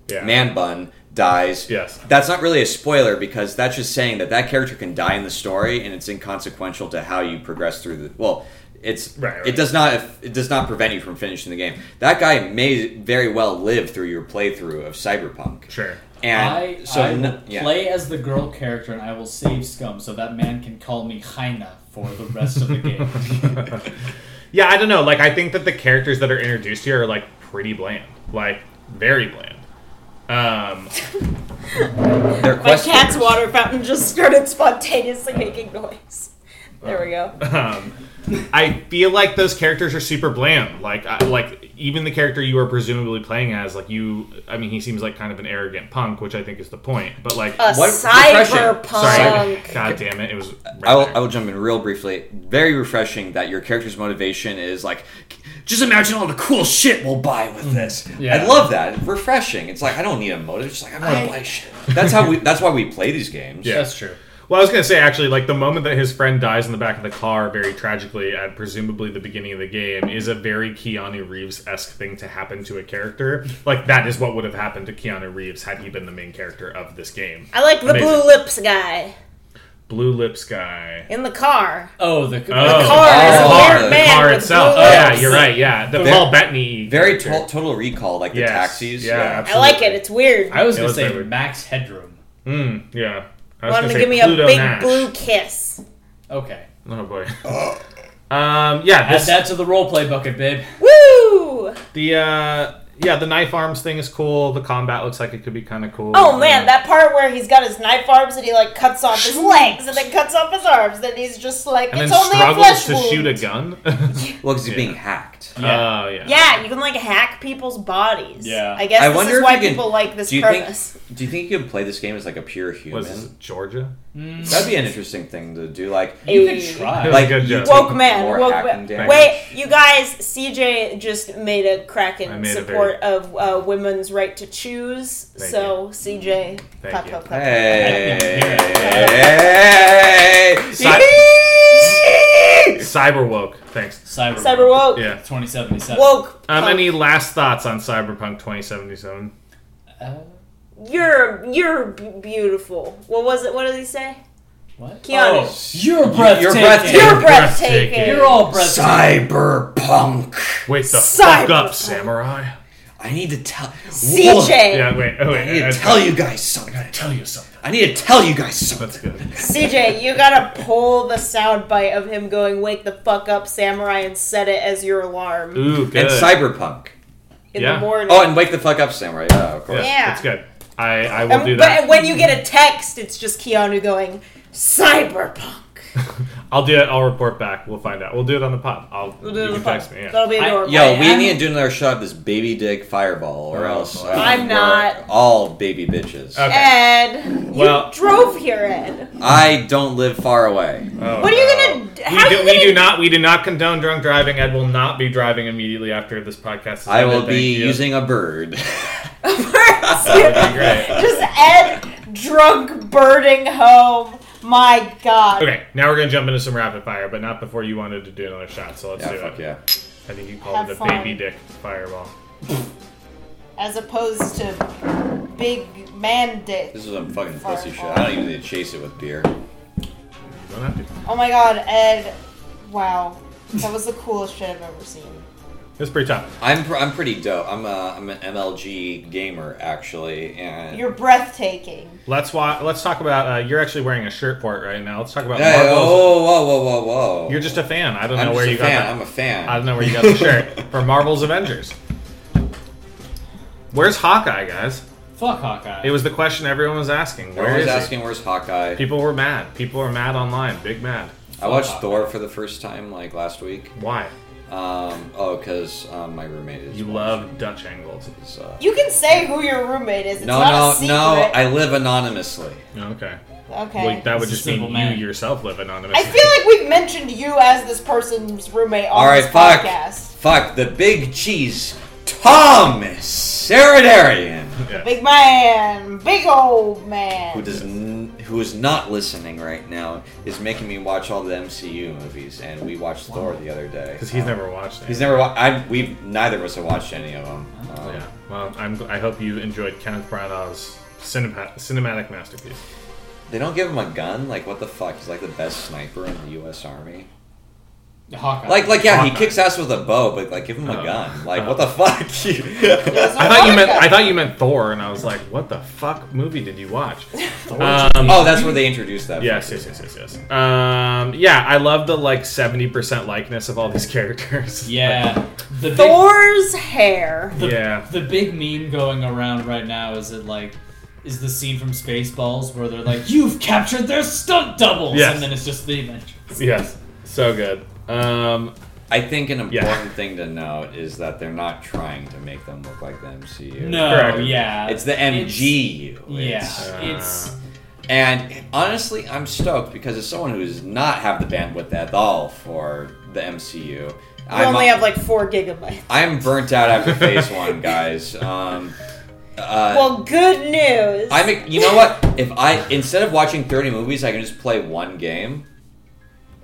G: Yeah.
I: Man Bun dies,
G: Yes.
I: that's not really a spoiler because that's just saying that that character can die in the story and it's inconsequential to how you progress through the well. It's
G: Right, right.
I: it does not it does not prevent you from finishing the game. That guy may very well live through your playthrough of Cyberpunk.
G: Sure.
I: And
J: I,
I: so
J: I
I: n-
J: will
I: yeah.
J: play as the girl character and I will save scum so that man can call me Heina for the rest of the game.
G: Yeah, I don't know. Like, I think that the characters that are introduced here are like pretty bland, like very bland. Um,
I: their
H: My
I: quest
H: cat's
I: markers.
H: water fountain just started spontaneously making noise. There we go.
G: um, I feel like those characters are super bland. Like, I, like even the character you are presumably playing as, like you, I mean, he seems like kind of an arrogant punk, which I think is the point. But like,
H: A
I: What-
H: cyberpunk.
G: sorry, god damn it, it was. Right
I: I will,
G: there.
I: I will jump in real briefly. Very refreshing that your character's motivation is like, just imagine all the cool shit we'll buy
G: Mm.
I: with this.
J: Yeah.
I: I love that. Refreshing. It's like I don't need a motive. It's just like I want to buy shit. That's how we. That's why we play these games.
G: Yeah.
J: That's true.
G: Well, I was gonna say actually, like the moment that his friend dies in the back of the car, very tragically at presumably the beginning of the game, is a very Keanu Reeves esque thing to happen to a character. Like that is what would have happened to Keanu Reeves had he been the main character of this game.
H: I like the
G: Amazing.
H: blue lips guy
G: Blue lips guy.
H: in the car.
J: Oh, the
G: Oh.
H: Car is a
I: Oh,
H: weird
I: the
H: man
G: car
H: with
G: itself.
H: blue
G: Oh, yeah,
H: lips.
G: you're right. Yeah, the
J: Very-
G: Paul Bettany.
I: Very
G: character.
I: to- total recall, like the
G: Yes.
I: taxis.
G: Yeah,
H: I like it. It's weird.
J: I was
G: It
J: gonna
G: was
J: say
G: very weird.
J: Max Headroom.
G: Mm, yeah. I was
H: Want him
G: gonna
H: to
G: say
H: give me
G: Pluto
H: a big
G: Nash.
H: blue kiss.
J: Okay,
G: Oh boy. um. Yeah.
J: add
G: This,
J: that to the roleplay bucket, babe.
H: Woo! Oh,
G: the uh. Yeah. The knife arms thing is cool. The combat looks like it could be kind of cool.
H: Oh man, that part where he's got his knife arms and he like cuts off his legs and then cuts off his arms, then he's just like,
G: and
H: it's
G: then
H: only a
G: struggles
H: flesh
G: to
H: wound.
G: shoot a gun.
I: Well, because he's being hacked.
J: Yeah.
G: Oh yeah.
H: Yeah, you can like hack people's bodies.
J: Yeah.
H: I guess
I: I
H: this
I: wonder
H: is
I: if
H: why
I: you can-
H: people like this
I: do you
H: premise.
I: think? Do you think you can play this game as like a pure human?
G: Was this Georgia?
I: That'd be an interesting thing to do. Like,
J: you
H: Hey.
J: could try.
G: That's
I: like
G: a good
I: you
G: joke.
I: take
H: Woke man,
I: more
H: woke
I: hacking
H: man.
I: damage.
H: Wait, you guys, CJ just made a crack
G: I
H: in
G: made a
H: support of uh, women's right to choose.
G: Thank Mm-hmm.
H: so CJ,
G: Thank
H: clap,
G: you.
H: clap, clap.
I: Hey.
G: Cyber woke. Thanks.
J: Cyber.
H: Cyber woke,
G: Yeah.
J: 2077.
H: woke.
G: Um,
H: punk.
G: any last thoughts on Cyberpunk 2077?
J: Uh,
H: You're you're b- beautiful. What was it? What did he say?
J: what?
H: Keanu.
J: Oh, you're breathtaking.
I: You're breathtaking.
G: Breathtaking.
H: You're breathtaking.
J: You're all breathtaking.
I: Cyberpunk.
G: Wait the
H: Cyber-
G: fuck up, samurai.
I: I need to tell
H: CJ.
G: Yeah. Wait. Oh wait.
I: I need to
G: I-
I: tell you guys something.
G: tell you something.
I: I need to tell you guys something.
G: That's good.
H: CJ, you gotta pull the soundbite of him going "Wake the fuck up, samurai" and set it as your alarm
G: Ooh, good.
I: And cyberpunk.
H: in
G: yeah.
H: the morning.
I: Oh, and wake the fuck up, samurai. Yeah, of course.
H: Yeah.
G: That's good. I I will
H: And-
G: do that.
H: but when you get a text, it's just Keanu going "Cyberpunk."
G: I'll do it. I'll report back. We'll find out. We'll do it on the pod. I'll
H: We'll do
G: you
H: it in
G: can
H: the
G: text
H: phone.
G: me. Yeah.
H: That'll be adorable.
I: Yo, we
J: I'm-
I: need to do another shot of this baby dick fireball, or
G: Oh,
I: else
G: boy. Uh,
I: uh,
H: I'm
I: we're
H: not.
I: all baby bitches.
G: Okay.
H: Ed,
G: Well-
H: you drove here, Ed.
I: I don't live far away.
H: What are you gonna? d-
G: Oh. We
H: How
G: do,
H: are you
G: we
H: gonna?
G: do not we do not condone drunk driving. Ed will not be driving immediately after this podcast. Is
I: I
G: ended.
I: will
G: Thank
I: be
G: you.
I: using a bird.
G: Great.
H: just Ed drunk birding home. My God.
G: Okay, now we're gonna jump into some rapid fire, but not before you wanted to do another shot. So let's
I: yeah,
G: do
I: fuck
G: it.
I: yeah.
G: I think you called
H: Have
G: it a
H: fun.
G: baby dick fireball.
H: As opposed to big man dick.
I: This is some fucking pussy shit. I don't usually chase it with beer.
G: You don't have to.
H: Oh my God, Ed! Wow, that was the coolest shit I've ever seen.
G: It's pretty tough.
I: I'm pr- I'm pretty dope. I'm a I'm an MLG gamer actually, and
H: You're breathtaking.
G: Let's wa- Let's talk about. Uh, you're actually wearing a shirt for it right now. Let's talk about
I: Hey,
G: Marvel's.
I: oh, whoa, whoa, whoa, whoa!
G: You're just a fan. I don't
I: I'm
G: know
I: just
G: where
I: a
G: you
I: fan.
G: got
I: I'm a
G: that.
I: fan.
G: I don't know where you got the shirt for Marvel's Avengers. Where's Hawkeye, guys?
J: Fuck Hawkeye.
G: It was the question everyone was asking. Where
I: Everyone was
G: is he?
I: asking where's Hawkeye.
G: People were mad. People were mad online. Big mad.
I: I watched Thor for the first time like last week.
G: Why?
I: Um, oh, because um, my roommate is.
G: You love Dutch angles.
I: is, uh,
H: You can say who your roommate is. It's
I: no,
H: not a
I: no,
H: secret.
I: no! I live anonymously.
G: Okay.
H: Okay.
G: Well, that would
J: It's a
G: just mean
J: simple
G: you
J: man.
G: yourself live anonymous.
H: I feel like we've mentioned you as this person's roommate on
I: All right,
H: this
I: fuck,
H: podcast.
I: fuck the big cheese, Thomas Saradarian,
H: Big man, big old man.
I: who does n- who is not listening right now, is making me watch all the MCU movies, and we watched Thor the other day. Um,
G: Because he's never watched
I: He's never. Wa- I we've neither of us have watched any of them.
J: Oh,
I: Um,
G: Yeah. Well, I'm, gl- I hope you enjoyed Kenneth Branagh's cinema- cinematic masterpiece.
I: They don't give him a gun. Like what the fuck? He's like the best sniper in the U.S. Army.
J: Hawkeye. Oh.
I: Like, like yeah, he
G: Hawkeye.
I: kicks ass with a bow, but like give him a gun. Like what the fuck? You-
G: I thought you meant I thought you meant Thor, and I was like, "What the fuck movie did you watch?" Um,
I: oh, that's where they introduced that.
G: yes, yes, yes, yes, yes. Um, yeah, I love the like seventy percent likeness of all these characters.
J: Yeah. The big,
H: Thor's hair.
J: the,
G: yeah.
J: the big meme going around right now is it like is the scene from Spaceballs where they're like, "You've captured their stunt doubles,"
G: Yes.
J: and then it's just the Avengers.
G: Yes. So good. Um,
I: I think an
G: Yeah.
I: important thing to note is that they're not trying to make them look like the MCU.
J: No,
G: Correct.
J: Oh, yeah,
I: It's the MGU. It's-
G: uh,
J: yeah, it's
I: And honestly, I'm stoked because as someone who does not have the bandwidth at all for the MCU,
H: We
I: I'm,
H: only have like four gigabytes.
I: I'm burnt out after phase one, guys. Um, uh,
H: Well, good news.
I: I'm. a- You know what? If I instead of watching 30 movies, I can just play one game.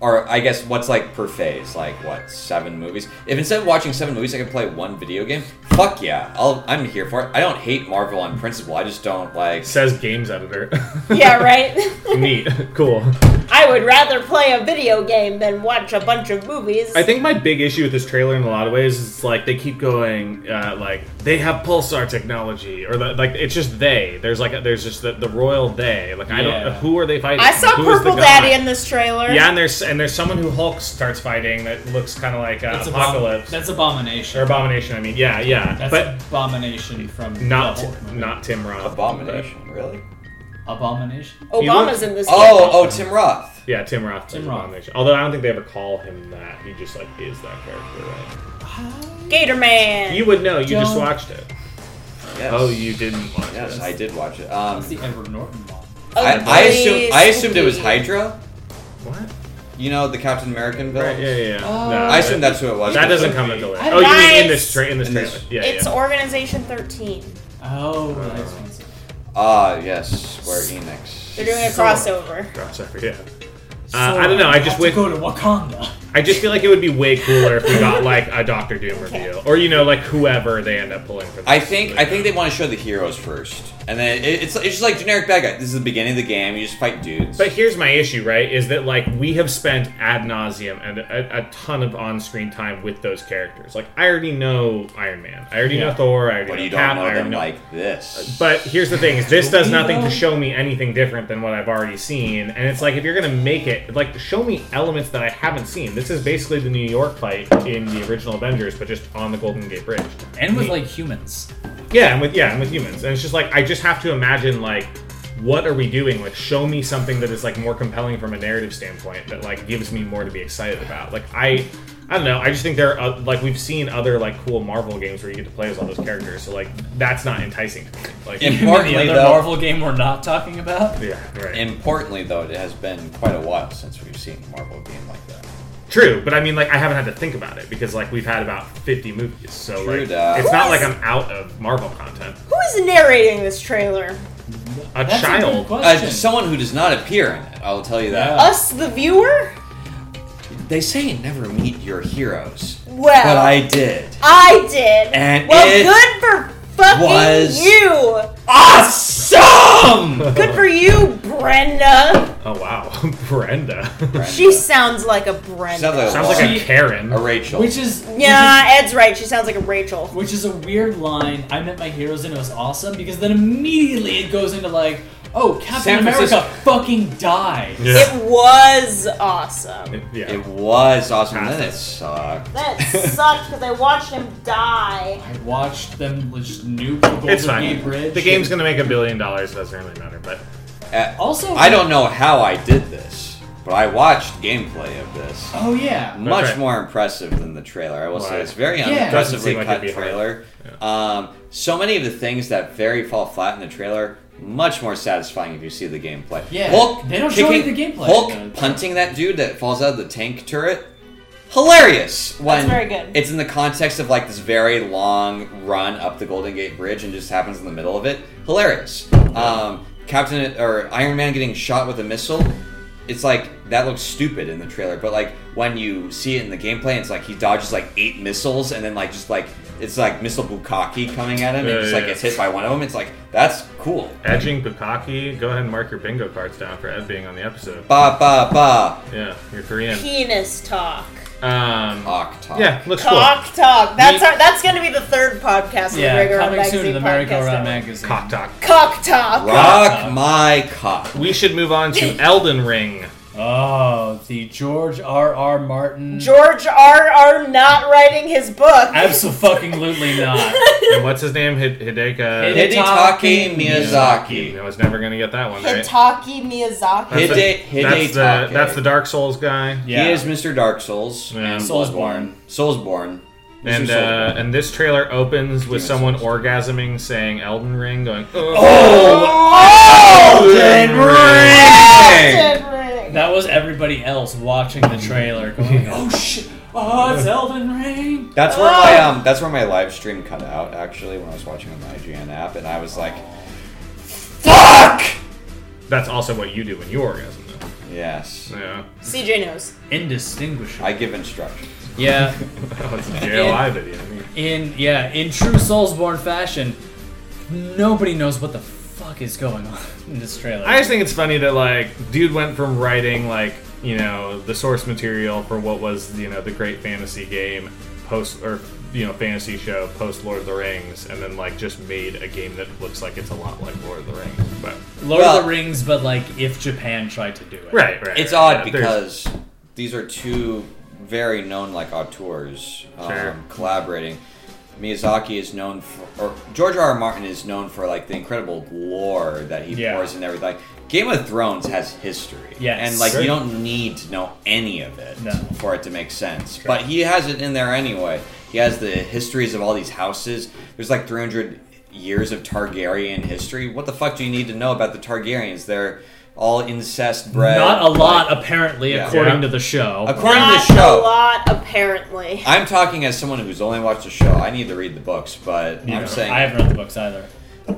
I: Or I guess what's like per phase, like what seven movies? If instead of watching seven movies, I can play one video game. Fuck yeah, I'll, I'm here for it. I don't hate Marvel on principle. I just don't like.
G: says games editor.
H: yeah, right.
G: Neat. Cool.
H: I would rather play a video game than watch a bunch of movies.
G: I think my big issue with this trailer in a lot of ways is like they keep going uh, like they have pulsar technology or the, like it's just they. There's like there's just the, the royal they. Like I
J: Yeah.
G: don't who are they fighting?
H: I saw
G: Who is the
H: Purple
G: guy?
H: Daddy in this trailer.
G: Yeah, and there's and there's someone who Hulk starts fighting that looks kind of like uh,
J: that's
G: Apocalypse
J: Abomin- that's
G: or
J: abomination.
G: Abomination. I mean, yeah, yeah,
J: That's
G: but
J: abomination from
G: not
J: the Hulk movie.
G: not Tim Roth.
I: Abomination, really?
J: abomination.
H: Obama's in this.
I: Oh, oh, Tim Roth.
G: But- yeah, Tim Roth.
J: Tim
G: plays
J: Roth.
G: Abomination. Although I don't think they ever call him that. He just like is that character, right?
H: oh, Gator Man.
G: You would know. You just
J: Don't-
G: watched it.
I: Yes.
G: Oh, you didn't watch
I: Yes,
G: it.
I: I did watch it. Um,
J: That's the Edward Norton one.
H: Oh,
I: I, I assumed I
H: please,
I: assumed it was
H: please.
I: Hydra.
G: What?
I: You know the Captain American villain.
G: Right, yeah, yeah. yeah.
J: Oh.
G: no,
I: I
G: it-
I: assume that's who it was.
G: That doesn't come until later.
H: I
G: Oh, you mean in
H: lied.
G: this tra- in this
I: In
G: trailer?
I: this-
G: yeah,
H: It's
G: yeah.
H: Organization 13.
J: Oh, that's fancy.
I: Ah, yes, Square Enix.
H: They're doing a
J: So-
H: crossover.
G: Crossover, yeah. Uh, I don't know. I just
J: went
G: went.
J: to go to Wakanda.
G: I just feel like it would be way cooler if we got like a Doctor Doom reveal, or you know, like whoever they end up pulling for. This.
I: I think I think they want to show the heroes first, and then it, it's it's just like generic bad guy. This is the beginning of the game. You just fight dudes.
G: But here's my issue, right? Is that like we have spent ad nauseum and a, a ton of on-screen time with those characters. Like I already know Iron Man, I already know
J: Yeah.
G: Thor, I already
I: but
G: know
I: you
G: Cap,
I: don't know
G: I already
I: them
G: know-
I: like this.
G: But here's the thing: is this does nothing to
J: Hero.
G: show me anything different than what I've already seen, and it's like if you're gonna make it, like show me elements that I haven't seen. This is basically the New York fight in the original Avengers, but just on the Golden Gate Bridge.
J: And with like humans.
G: Yeah, and with yeah, and with humans, and it's just like I just have to imagine like what are we doing? Like show me something that is like more compelling from a narrative standpoint that like gives me more to be excited about. Like I. I don't know. I just think there are uh, like we've seen other like cool Marvel games where you get to play as all those characters, so like that's not enticing. To me. Like,
I: Yeah.
J: Importantly,
I: Importantly,
J: the other
I: though-
J: Marvel game we're not talking about.
G: yeah, right.
I: Importantly, though, it has been quite a while since we've seen a Marvel game like that.
G: True, but I mean, like, I haven't had to think about it because, like, we've had about 50 movies. So,
I: True
G: like,
I: that.
G: it's not
H: Who
G: like
H: is-
G: I'm out of Marvel content.
H: Who is narrating this trailer?
G: A
J: That's a good
G: child. Oh,
I: Uh,
J: question.
I: someone who does not appear in it. I'll tell you that.
J: Yeah.
H: Us, the viewer?
I: They say never meet your heroes,
H: Well,
I: but I did.
H: I did.
I: And
H: well,
I: it
H: good for fucking
I: was-
H: you.
I: Awesome.
H: Good for you, Brenda.
G: Oh, wow. Brenda.
H: She sounds like a Brenda.
I: Sounds like
G: Sounds like a
J: She-
G: Karen.
I: a Rachel.
J: Which is
H: yeah, Ed's right. She sounds like a Rachel.
J: which is a weird line. I met my heroes and it was awesome because then immediately it goes into like, oh, Captain
I: San
J: America
I: Francisco-
J: fucking died.
G: Yeah.
H: It was awesome.
G: yeah.
I: It was awesome. and Then it sucked.
H: That sucked because I watched him die.
J: I watched them just nuke the Golden
G: it's fine.
J: Gate Bridge.
G: The game's gonna make a billion dollars. Doesn't really matter. But
I: Uh,
J: Also-
I: I don't know how I did this, but I watched gameplay of this.
J: Oh yeah.
I: Much
G: right.
I: more impressive than the trailer. I will
G: Right.
I: say it's very
J: Yeah.
I: unimpressively
G: Doesn't seem like
I: cut
G: it'd be hard.
I: trailer. Um, so many of the things that very fall flat in the trailer, much more satisfying if you see the gameplay.
J: Yeah,
I: Hulk
J: they don't show
I: kicking,
J: any of the gameplay.
I: Hulk
J: No.
I: punting that dude that falls out of the tank turret. Hilarious when
H: very good.
I: it's in the context of like this very long run up the Golden Gate Bridge and just happens in the middle of it. Hilarious. Um, Captain or Iron Man getting shot with a missile, it's like that looks stupid in the trailer, but like when you see it in the gameplay, it's like he dodges like eight missiles and then like just like it's like missile bukkake coming at him
G: Yeah,
I: and just
G: yeah,
I: like
G: yeah.
I: gets hit by one of them. It's like that's cool.
G: Edging Bukaki, go ahead and mark your bingo cards down for Ed being on the episode.
I: Ba ba ba.
G: Yeah, you're three in.
H: Penis talk.
G: Um,
I: talk, talk.
G: Yeah, looks
H: Talk talk. That's
G: Me-
H: our, that's going to be the third podcast.
J: Yeah,
H: of the Merry-Go-Round
J: coming soon to
H: Magazine
J: the
H: podcast.
J: merry-go-round
H: network.
J: magazine.
G: Cock talk.
H: Cock talk.
I: Rock my cock.
G: We should move on to Elden Ring.
J: Oh, the George R. R. Martin.
H: George R. R. Not writing his book.
J: Absolutely not.
G: And what's his name? Hid- Hideka.
J: Hide-
I: Hidetake
J: Hidetake
I: Miyazaki.
G: I was never gonna get that one right.
H: Hitaki Miyazaki.
G: That's the-
I: Hide-
G: that's
I: Hidetake.
G: the that's the Dark Souls guy.
J: Yeah.
I: He is Mr. Dark Souls.
G: Yeah.
J: Soulsborne.
I: Soulsborne. Mr.
G: And uh,
I: Soulsborne.
G: and this trailer opens with someone orgasming, saying Elden Ring, going, "Oh, Elden Ring!"
J: That was everybody else watching the trailer going, oh shit, oh, it's Elden Ring.
I: That's where my
J: Oh!
I: um, that's where my live stream cut out actually when I was watching on the IGN app, and I was like, "Fuck!"
G: That's also what you do when you orgasm, though.
I: Yes,
G: Yeah,
H: CJ knows.
J: Indistinguishable.
I: I give instructions.
J: Yeah,
G: oh, it's a JLI video. I mean,
J: in yeah, in true Soulsborne fashion, nobody knows what the fuck is going on in this trailer.
G: I just think it's funny that like dude went from writing like you know the source material for what was you know the great fantasy game post or you know fantasy show post Lord of the Rings and then like just made a game that looks like it's a lot like Lord of the Rings but
J: Lord
I: Well-
J: of the Rings, but like if Japan tried to do it.
G: right right
I: It's
G: right,
I: odd
G: yeah, there's-
I: because these are two very known like auteurs um,
G: Sure.
I: collaborating. Miyazaki is known for, or George R. R. Martin is known for like the incredible lore that he
J: Yeah.
I: pours in everything. Game of Thrones has history,
J: Yes.
I: and like
J: Sure.
I: you don't need to know any of it
J: No.
I: for it to make sense. But he has it in there anyway. He has the histories of all these houses. There's like 300 years of Targaryen history. What the fuck do you need to know about the Targaryens? They're all incest bred.
J: Not a lot,
I: like-
J: apparently,
I: Yeah.
J: according
G: Yeah.
J: to the show.
I: According to
H: Not
I: the
H: a
I: show,
H: lot, apparently.
I: I'm talking as someone who's only watched the show. I need to read the books, but
J: You know,
I: I'm saying
J: I haven't read the books either.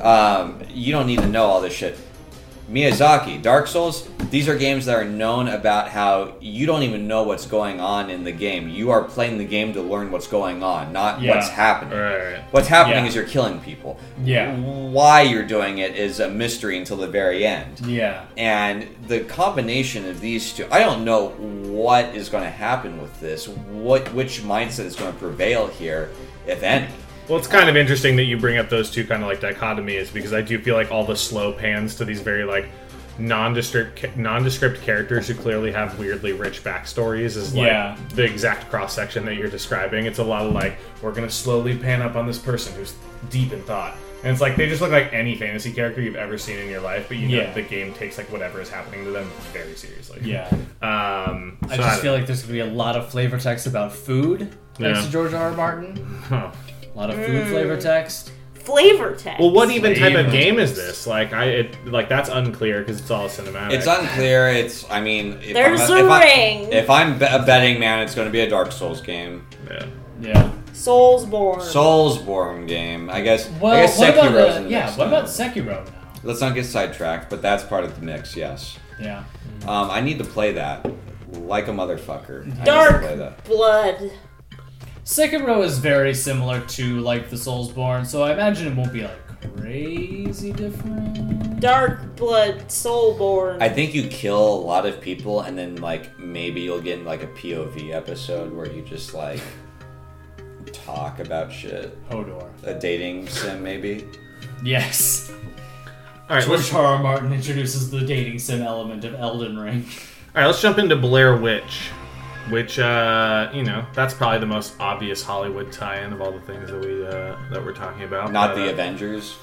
I: um, you don't need to know all this shit. Miyazaki, Dark Souls, these are games that are known about how you don't even know what's going on in the game. You are playing the game to learn what's going on, not
J: Yeah.
I: what's happening.
G: Right, right.
I: What's happening
J: Yeah.
I: is you're killing people.
J: Yeah.
I: Why you're doing it is a mystery until the very end.
J: Yeah.
I: And the combination of these two, I don't know what is going to happen with this. What which mindset is going to prevail here, if any?
G: Well, it's kind of interesting that you bring up those two kind of like dichotomies because I do feel like all the slow pans to these very like nondescript nondescript characters who clearly have weirdly rich backstories is like
J: Yeah.
G: the exact cross section that you're describing. It's a lot of like we're gonna slowly pan up on this person who's deep in thought, and it's like they just look like any fantasy character you've ever seen in your life, but you know
J: Yeah.
G: the game takes like whatever is happening to them very seriously.
J: Yeah.
G: Um,
J: I just feel like there's going to be a lot of flavor text about food, thanks
G: Yeah.
J: to George R. R. Martin.
G: like.
J: A lot of food flavor text.
H: Flavor text.
G: Well, what even type of
J: Flavor.
G: game is this? Like, I it, like that's unclear because it's all cinematic.
I: It's unclear. It's I mean, if
H: There's
I: I'm,
H: a
I: if I-
H: ring.
I: if I'm be- a betting man, it's going to be a Dark Souls game,
G: Yeah.
J: Yeah.
H: Soulsborne.
I: Soulsborne game. I guess.
J: Well,
I: I guess
J: what about
I: Sekiro's in
J: the,
I: the
J: yeah?
I: mix
J: What
I: now.
J: about Sekiro now?
I: Let's not get sidetracked, but that's part of the mix. Yes,
J: Yeah.
I: um, I need to play that like a motherfucker. I need to play that.
H: Dark blood.
J: Sekiro is very similar to like the Soulsborne, so I imagine it won't be like crazy different.
H: Dark blood. Soulborne.
I: I think you kill a lot of people, and then like maybe you'll get in like a POV episode where you just like talk about shit,
J: Hodor.
I: a dating sim maybe.
J: Yes.
G: All right, let's,
J: George R. R. Martin introduces the dating sim element of Elden Ring.
G: all right, let's jump into Blair Witch, which uh, you know that's probably the most obvious Hollywood tie-in of all the things that we uh, that we're talking about.
I: Not
G: but,
I: the
G: uh,
I: Avengers.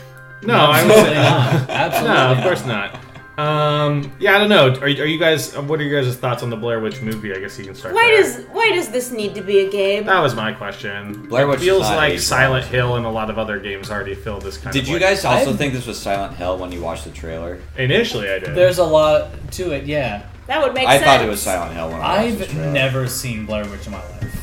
G: No, I would
J: Absolutely
G: say
J: not. Absolutely
G: no, of
J: not.
G: course not. Um, yeah, I don't know. Are, are you guys? What are your guys' thoughts on the Blair Witch movie? I guess you can start.
H: why
G: there.
H: does why does this need to be a game?
G: that was my question?
I: Blair Witch
G: it
I: is
G: feels
I: not
G: like
I: age
G: Silent Hill and a lot of other games already fill this kind of.
I: Did you
G: like-
I: guys also
J: I'm-
I: think this was Silent Hill when you watched the trailer?
G: Initially, I did.
J: There's a lot to it. Yeah.
H: That would make
I: I
H: sense.
I: thought it was Silent Hill when I watched the
J: I've
I: trailer.
J: never seen Blair Witch in my life.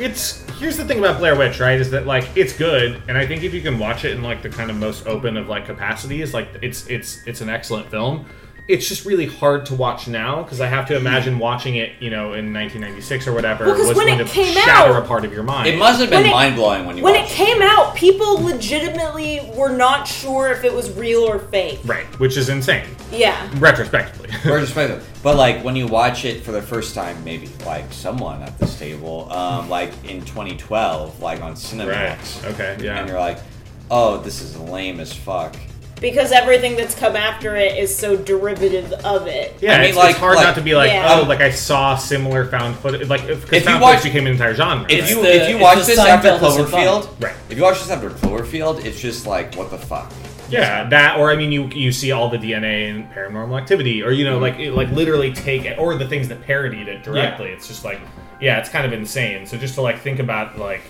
G: It's here's the thing about Blair Witch, right? Is that like it's good, and I think if you can watch it in like the kind of most open of like capacities, like it's it's it's an excellent film. It's just really hard to watch now because I have to imagine watching it, you know, in 1996 or whatever
H: Well, 'cause
G: was
H: when
G: going
H: it
G: to
H: came
G: shatter
H: out-
G: a part of your mind.
I: It must have
H: When
I: been
H: it-
I: mind blowing when you
H: When it
I: watched
H: came out, people legitimately were not sure if it was real or fake.
G: right, which is insane
H: Yeah.
G: retrospectively.
I: retrospective. But like when you watch it for the first time, maybe like someone at this table, um, like in 2012, like on Cinemax.
G: Right. Okay, yeah.
I: And you're like, oh, this is lame as fuck.
H: Because everything that's come after it is so derivative of it.
G: Yeah,
I: I mean,
G: it's,
I: like-
G: it's hard
I: like-
G: not to be like,
H: Yeah.
G: oh, like I saw similar found footage. Like, because
I: If you
G: found
I: watch-
G: footage became an entire genre.
I: If
G: right?
I: you
J: the-
I: if you
J: it's
I: watch
J: the
I: this after
J: Seinfeld of Seinfeld.
I: Cloverfield,
G: Right.
I: If you watch this after Cloverfield, it's just like what the fuck.
G: yeah, that, or I mean, you you see all the DNA in Paranormal Activity, or you
J: Mm-hmm.
G: know, like it, like literally take it, or the things that parodied it directly. It's just like, yeah, it's kind of insane. So just to like think about like.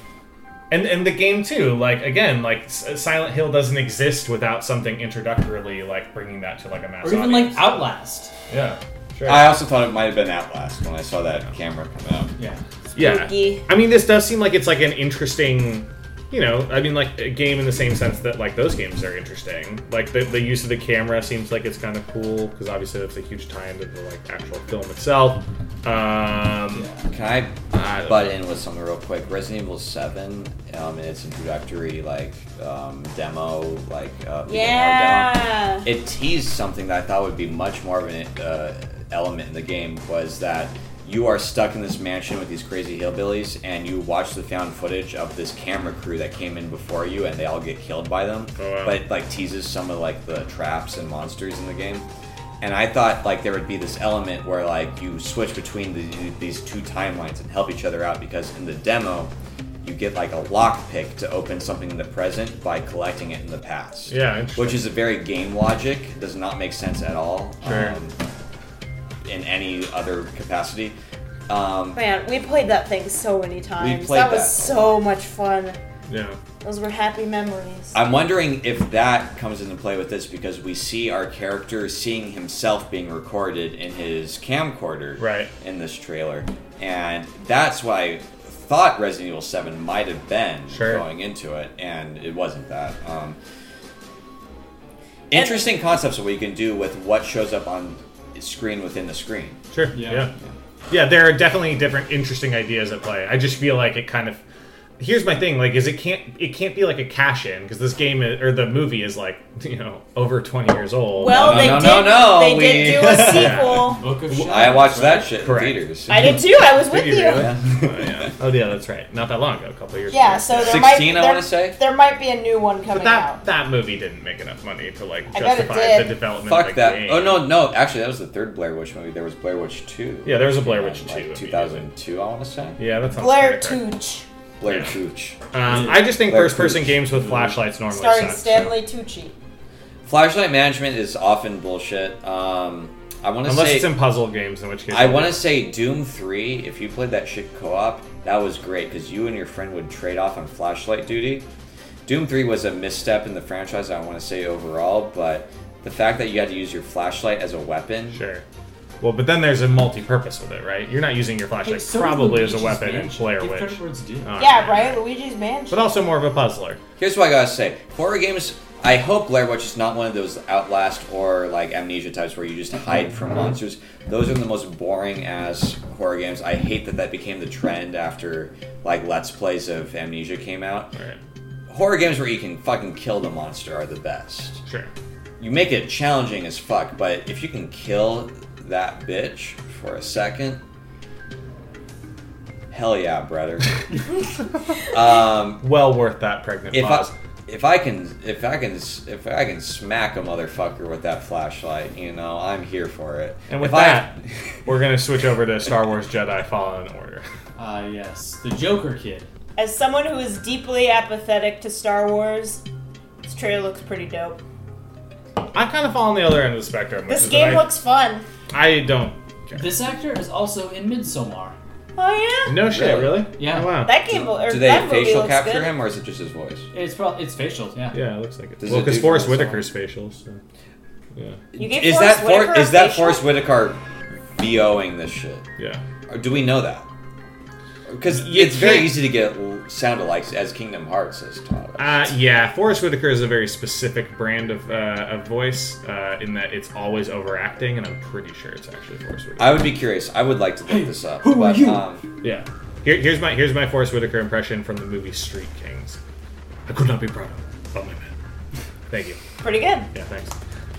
G: And, and the game too, like again, like S- Silent Hill doesn't exist without something introductorily like bringing that to like a mass
J: Or even like
G: audience.
J: Outlast.
G: yeah, sure.
I: I also thought it might have been Outlast when I saw that camera come out.
J: Yeah.
G: Yeah.
H: Spooky.
G: I mean, this does seem like it's like an interesting, you know, I mean, like a game in the same sense that like those games are interesting. Like the, the use of the camera seems like it's kind of cool because obviously that's a huge tie into the like actual film itself. Um,
I: Can
G: I
I: I
G: don't
I: butt in with something real quick? Resident Evil Seven, um, in its introductory like um, demo, like uh, beginning
H: Yeah.
I: countdown, it teased something that I thought would be much more of an uh, element in the game was that you are stuck in this mansion with these crazy hillbillies, and you watch the found footage of this camera crew that came in before you, and they all get killed by them.
G: Oh, wow.
I: But it, like teases some of like the traps and monsters in the game and I thought like there would be this element where like you switch between the, these two timelines and help each other out because in the demo you get like a lockpick to open something in the present by collecting it in the past.
G: Yeah, interesting.
I: which is a very game logic does not make sense at all um,
G: Sure.
I: in any other capacity. Um,
H: Man, we played that thing so many times.
I: played
H: that was
I: that.
H: so much fun.
G: yeah.
H: Those were happy memories.
I: I'm wondering if that comes into play with this because we see our character seeing himself being recorded in his camcorder
G: Right.
I: in this trailer. And that's what I thought Resident Evil 7 might have been
G: Sure.
I: going into it, and it wasn't that. Um, interesting concepts of what you can do with what shows up on screen within the screen.
G: Sure. Yeah.
J: Yeah.
G: yeah. there are definitely different interesting ideas at play. I just feel like it kind of Here's my thing, like is it can't it can't be like a cash in because this game is, or the movie is like, you know, over 20 years old.
H: well,
I: no,
H: they
I: no,
H: did.
I: no, no,
H: They
I: we-
H: did do a sequel.
J: Book of Shadows.
I: I watched that shit
G: Correct.
I: in theaters.
H: I did too. I was with
G: Did you
H: you.
G: really?
I: Yeah.
G: Oh yeah, that's right. Not that long ago, a couple years
H: Yeah.
G: ago.
H: So there
I: 16,
H: might.
I: I
H: there-
I: wanna say.
H: There might be a new one coming
G: But that
H: out.
G: that movie didn't make enough money to like
H: I bet it
G: justify the
H: did.
G: development. of
I: Fuck
G: the
I: that.
G: Game.
I: Oh, no, no. Actually, that was the third Blair Witch movie. There was Blair Witch 2.
G: Yeah, there was a Blair Witch
I: Like
G: two.
I: 2002, I want to say.
G: Yeah, that's
H: Blair
G: Oh,
H: Tooch,
I: Blair
G: Yeah.
I: Tooch.
G: Um, I just think
I: Blair
G: first-person
I: Tooch.
G: games with flashlights normally
H: starring
G: suck, so-
H: Stanley Tucci.
I: Flashlight management is often bullshit. Um, I want to
G: Unless
I: say.
G: it's in puzzle games, in which case
I: I want to say Doom 3, if you played that shit co op, that was great because you and your friend would trade off on flashlight duty. Doom 3 was a misstep in the franchise, I want to say overall, but the fact that you had to use your flashlight as a weapon.
G: Sure. Well, but then there's a multi-purpose with it, right? You're not using your
J: Hey,
G: flashlight
J: so did
G: probably as a
J: Luigi's
G: weapon in
J: Mansion.
G: Blair
J: Give
G: Witch,
J: credit where it's due.
G: Uh,
H: Yeah, right. Luigi's Mansion.
G: but also more of a puzzler.
I: Here's what I gotta say: horror games. I hope Blair Witch is not one of those Outlast or like Amnesia types where you just hide from monsters. Those are the most boring ass horror games. I hate that that became the trend after like Let's Plays of Amnesia came out.
G: Right.
I: Horror games where you can fucking kill the monster are the best.
G: Sure.
I: You make it challenging as fuck, but if you can kill that bitch for a second, hell yeah, brother.
G: Well worth that pregnant
I: if
G: pause.
I: I, if I can if I can if I can smack a motherfucker with that flashlight, you know I'm here for it.
G: and with
I: If I-
G: that, we're gonna switch over to Star Wars Jedi Fallen Order.
J: Ah, yes. The Joker Kid.
H: As someone who is deeply apathetic to Star Wars, this trailer looks pretty dope.
G: I kind of fall on the other end of the spectrum. which
H: This
G: is
H: game
G: that I,
H: looks fun.
G: I don't. care.
J: This actor is also in Midsommar.
H: Oh yeah.
G: No shit,
I: Really?
G: really?
J: Yeah.
G: Oh, wow.
H: That game will. Or
I: do they
H: that movie
I: facial
H: looks
I: capture
H: good.
I: him or is it just his voice?
J: It's probably it's facial. Yeah.
G: yeah, it looks like it.
I: Does
G: well,
I: it
G: because
I: do
G: Forrest
I: voice
G: Whitaker's facial. So. Yeah.
H: You gave
I: is
H: Forrest
I: that
H: Whitaker
I: For,
H: a
I: is that
H: facial?
I: Forrest Whitaker VOing this shit?
G: Yeah.
I: Or do we know that? Because
G: You
I: it's very
G: can't-
I: easy to get l- sound-alikes as Kingdom Hearts has taught. us.
G: Uh, yeah, Forrest Whitaker is a very specific brand of, uh, of voice uh, in that it's always overacting, and I'm pretty sure it's actually Forrest Whitaker.
I: I would be curious. I would like to look this up.
G: who are
I: but,
G: you?
I: Um,
G: Yeah. Here, here's my here's my Forrest Whitaker impression from the movie Street Kings. I could not be prouder of my man. Thank you.
H: Pretty good.
G: Yeah, thanks.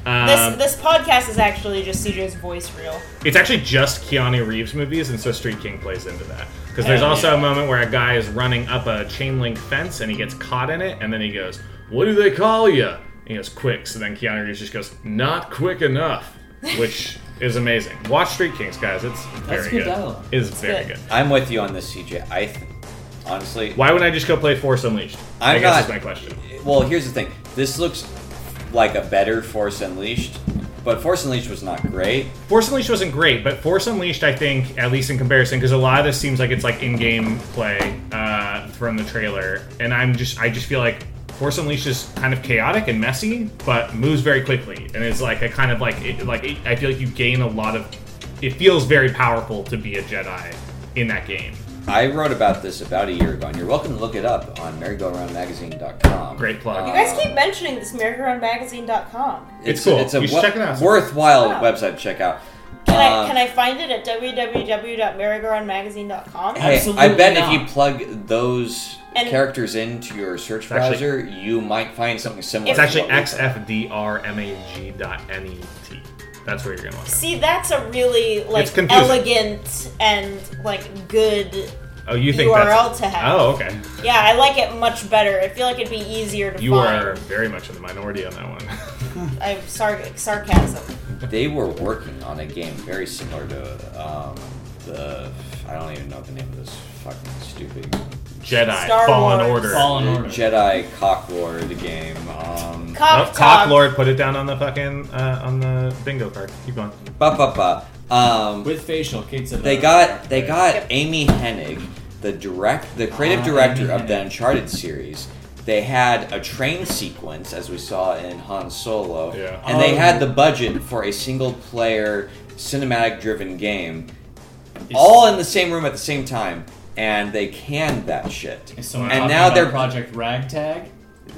G: Um,
H: this this podcast is actually just CJ's voice reel.
G: It's actually just Keanu Reeves movies, and so Street King plays into that. Because there's
H: Oh,
G: also a
H: yeah.
G: moment where a guy is running up a chain link fence and he gets caught in it, and then he goes, What do they call you? And he goes, Quick. So then Keanu Reeves just goes, Not quick enough, which is amazing. Watch Street Kings, guys. It's very
I: good dialogue.
G: It is
I: It's
G: very
I: good.
G: good.
I: I'm with you on this, CJ. I th- honestly.
G: Why would I just go play Force Unleashed?
I: I'm
G: I guess
I: not-
G: is my question.
I: Well, here's the thing. This looks like a better Force Unleashed, but Force Unleashed was not great.
G: Force Unleashed wasn't great, but Force Unleashed, I think, at least in comparison, because a lot of this seems like it's like in-game play uh, from the trailer, and I'm just, I just feel like Force Unleashed is kind of chaotic and messy, but moves very quickly, and it's like a kind of like, it, like it, I feel like you gain a lot of, it feels very powerful to be a Jedi in that game.
I: I wrote about this about a year ago, and you're welcome to look it up on merrygoroundmagazine.com. Great
G: plug.
H: You guys keep mentioning this merrygoroundmagazine.com.
I: it's,
G: It's cool.
I: It's a
G: You should
I: wo-
G: check it out.
I: worthwhile
H: Wow.
I: website to check out.
H: Can I
I: Um,
H: can I find it at www.merrygoroundmagazine.com?
I: Hey, I bet if you plug those
H: And-
I: characters into your search
G: It's actually-
I: browser, you might find something similar.
G: It's
I: to
G: actually
I: what we-
G: xfdrmag dot net. That's where you're gonna want to.
H: See, that's a really like
G: It's confusing.
H: elegant and like good.
G: Oh, you think
H: URL
G: that's,
H: to have.
G: Oh, okay.
H: Yeah, I like it much better. I feel like it'd be easier to
G: You
H: find.
G: are very much in the minority on that one.
H: I'm sar- sarcasm.
I: They were working on a game very similar to um, the. I don't even know the name of this fucking stupid.
G: Jedi, Star Fallen Wars. Order. Fallen
I: The
G: Order.
I: Jedi Cock War, the game. Um,
G: Nope, cock lord, put it down on the fucking uh, on the bingo card. Keep going.
I: Ba ba ba. Um,
J: With facial, Kate said
I: They
J: that.
I: got they got Amy Hennig, the direct the creative
J: Ah,
I: director
J: Amy
I: of the Uncharted series. They had a train sequence, as we saw in Han Solo, and they
J: Oh.
I: had the budget for a single player cinematic driven game, all in the same room at the same time, and they canned that shit.
J: Is someone
I: And
J: talking
I: now
J: about
I: they're
J: Project Ragtag.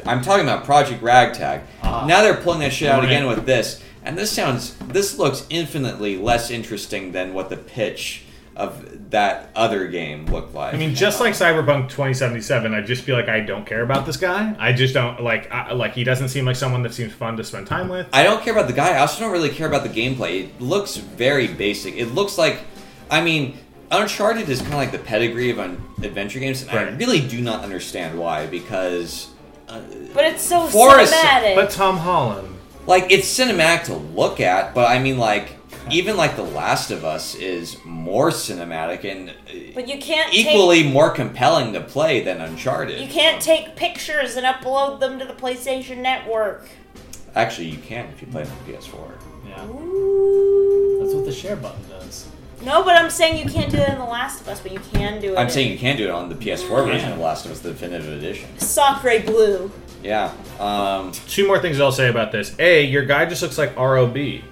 I: I'm talking about Project Ragtag.
G: Ah.
I: now they're pulling that shit out
J: Right.
I: again with this, and this sounds this looks infinitely less interesting than what the pitch of that other game looked like.
G: I mean, just like Cyberpunk 2077, I just feel like I don't care about this guy. I just don't like I, like he doesn't seem like someone that seems fun to spend time with.
I: I don't care about the guy. I also don't really care about the gameplay. It looks very basic. It looks like, I mean, Uncharted is kind of like the pedigree of un- adventure games, and I really do not understand why because
H: But it's so
I: Forrest-
H: cinematic.
I: but
G: Tom Holland.
I: Like it's cinematic to look at, but I mean, like even like The Last of Us is more cinematic and uh,
H: But you can't
I: equally
H: Take,
I: more compelling to play than
H: you
I: Uncharted.
H: can't take pictures and upload them to the PlayStation Network.
I: Actually, you can if you play it on PS4.
J: Yeah. That's what the share button does.
H: No, but I'm saying you can't do it in The Last of Us, but you can do it.
I: I'm
H: in
I: saying you can do it on the PS4 version of The Last of Us, the definitive edition.
H: Sacre Blue.
I: Yeah. Um,
G: Two more things I'll say about this: A, your guy just looks like ROB. He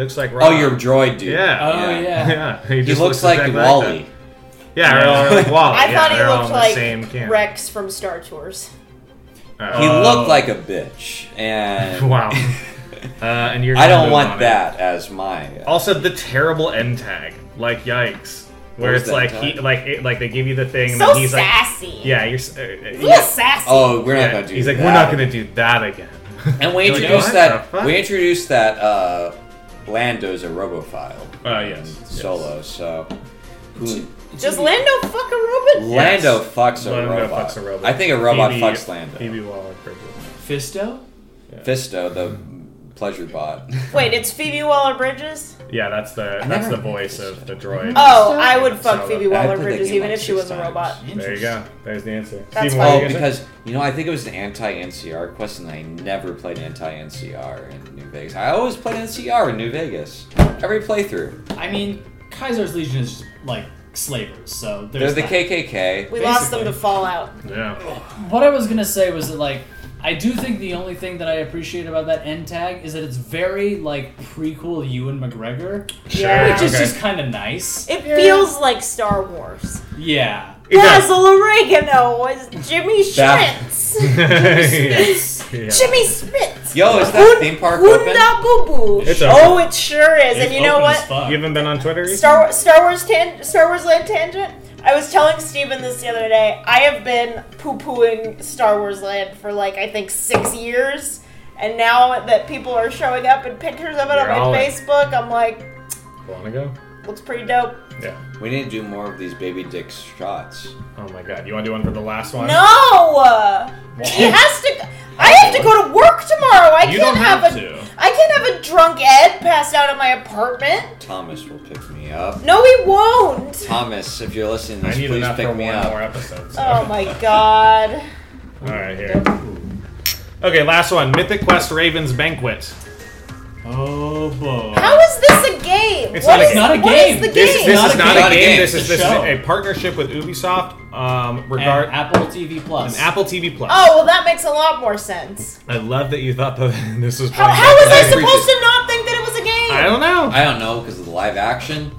G: looks like
I: Oh,
G: Rob.
I: your droid dude.
G: Yeah.
H: Oh,
G: yeah.
I: He,
G: just
I: looks, like
G: exactly that.
I: Wally.
G: yeah, or like Wally.
H: I
G: yeah,
H: thought he
G: they're all
H: looked
G: in the same
H: like
G: camp.
H: Rex from Star Tours.
I: He
G: Oh.
I: looked like a bitch, and
G: Wow. Uh, and you're
I: I
G: gonna
I: don't
G: move
I: want
G: on it.
I: that as my. uh,
G: Also, the terrible end tag, like yikes, where
I: Where's
G: it's
I: the
G: like
I: end
G: he
I: tag?
G: like it, like they give you the thing, and
H: So
G: then he's
H: sassy.
G: like, yeah, you're s- uh, uh,
H: He's
G: yeah.
H: sassy.
I: Oh, we're not gonna do
G: He's like,
I: that.
G: we're not gonna do that again.
I: And we
G: You're like,
I: introduced
G: "What
I: that.
G: the fuck?"
I: We introduced that. Uh, Lando's a robophile.
G: Uh, yes,
I: in Solo. So. Who,
H: Does Lando fuck a robot?
I: Lando fucks a
G: Lando
I: robot.
G: fucks a robot.
I: I think a robot
G: Phoebe-
I: fucks Lando.
G: Phoebe Waller-Bridge.
J: Fisto?
I: Fisto, the pleasure bot.
H: Wait, it's Phoebe Waller Bridges?
G: Yeah, that's the that's the voice of the droid.
H: Oh, I would fuck
G: Solo.
H: Phoebe Waller Bridges even if she was a robot.
G: There you go. There's the answer.
H: That's
G: Steven, what were
I: Oh,
G: you gonna say?
I: because you know, I think it was an anti-NCR quest, and I never played anti-NCR in New Vegas. I always played NCR in New Vegas every playthrough.
J: I mean, Kaiser's Legion is like slavers, so
I: They're
J: there's
I: the
J: that.
I: KKK.
H: We lost them to Fallout.
G: yeah.
J: What I was gonna say was that like I do think the only thing that I appreciate about that end tag is that it's very like prequel Ewan McGregor,
H: Sure,
J: which is
G: okay.
J: just kind of nice.
H: It feels like Star Wars.
J: Yeah,
H: Basil Oregano is Jimmy
I: That-
H: Schmitz. Jimmy Schmitz. Jimmy Schmitz.
I: Yo, is that theme park open?
H: Wunda Boo Boo.
G: It's open.
H: Oh, it sure is. and you know what?
G: You haven't been on Twitter? recently?
H: Star Star Wars tan- Star Wars Land Tangent. I was telling Steven this the other day. I have been poo pooing Star Wars Land for like I think six years, and now that people are showing up in pictures of it
G: You're all
H: on my
G: in.
H: Facebook, I'm like,
G: Wanna go?
H: looks pretty dope.
G: Yeah.
I: We need to do more of these baby dick shots.
G: Oh my god. You wanna do one for the last one?
H: No, he has to. I have to go to work tomorrow. I
I: You
H: can't
I: don't
H: have,
I: have
H: a.
I: to.
H: I can't have a drunk Ed passed out at my apartment.
I: Thomas will pick me up.
H: No, he won't.
I: Thomas, if you're listening, to
G: I
I: this,
G: need
I: please
G: enough
I: pick
G: for
I: me
G: one
I: up.
G: more episode.
H: Oh my god.
G: Alright, here. Okay, last one. Mythic Quest Raven's Banquet.
J: Oh boy.
H: How is this a game?
G: It's
H: What
G: not a game. It's not
H: is-
G: a
H: what
J: game.
H: is the
G: This,
H: game?
G: this is not a game. This
J: It's
G: is
J: a
G: this is
J: show.
G: a partnership with Ubisoft. Um, regard
J: Apple TV Plus.
G: And Apple TV Plus.
H: Oh well, that makes a lot more sense.
G: I love that you thought that this was.
H: How, how was I supposed to not think that it was a game?
G: know.
I: I don't know because of the live action.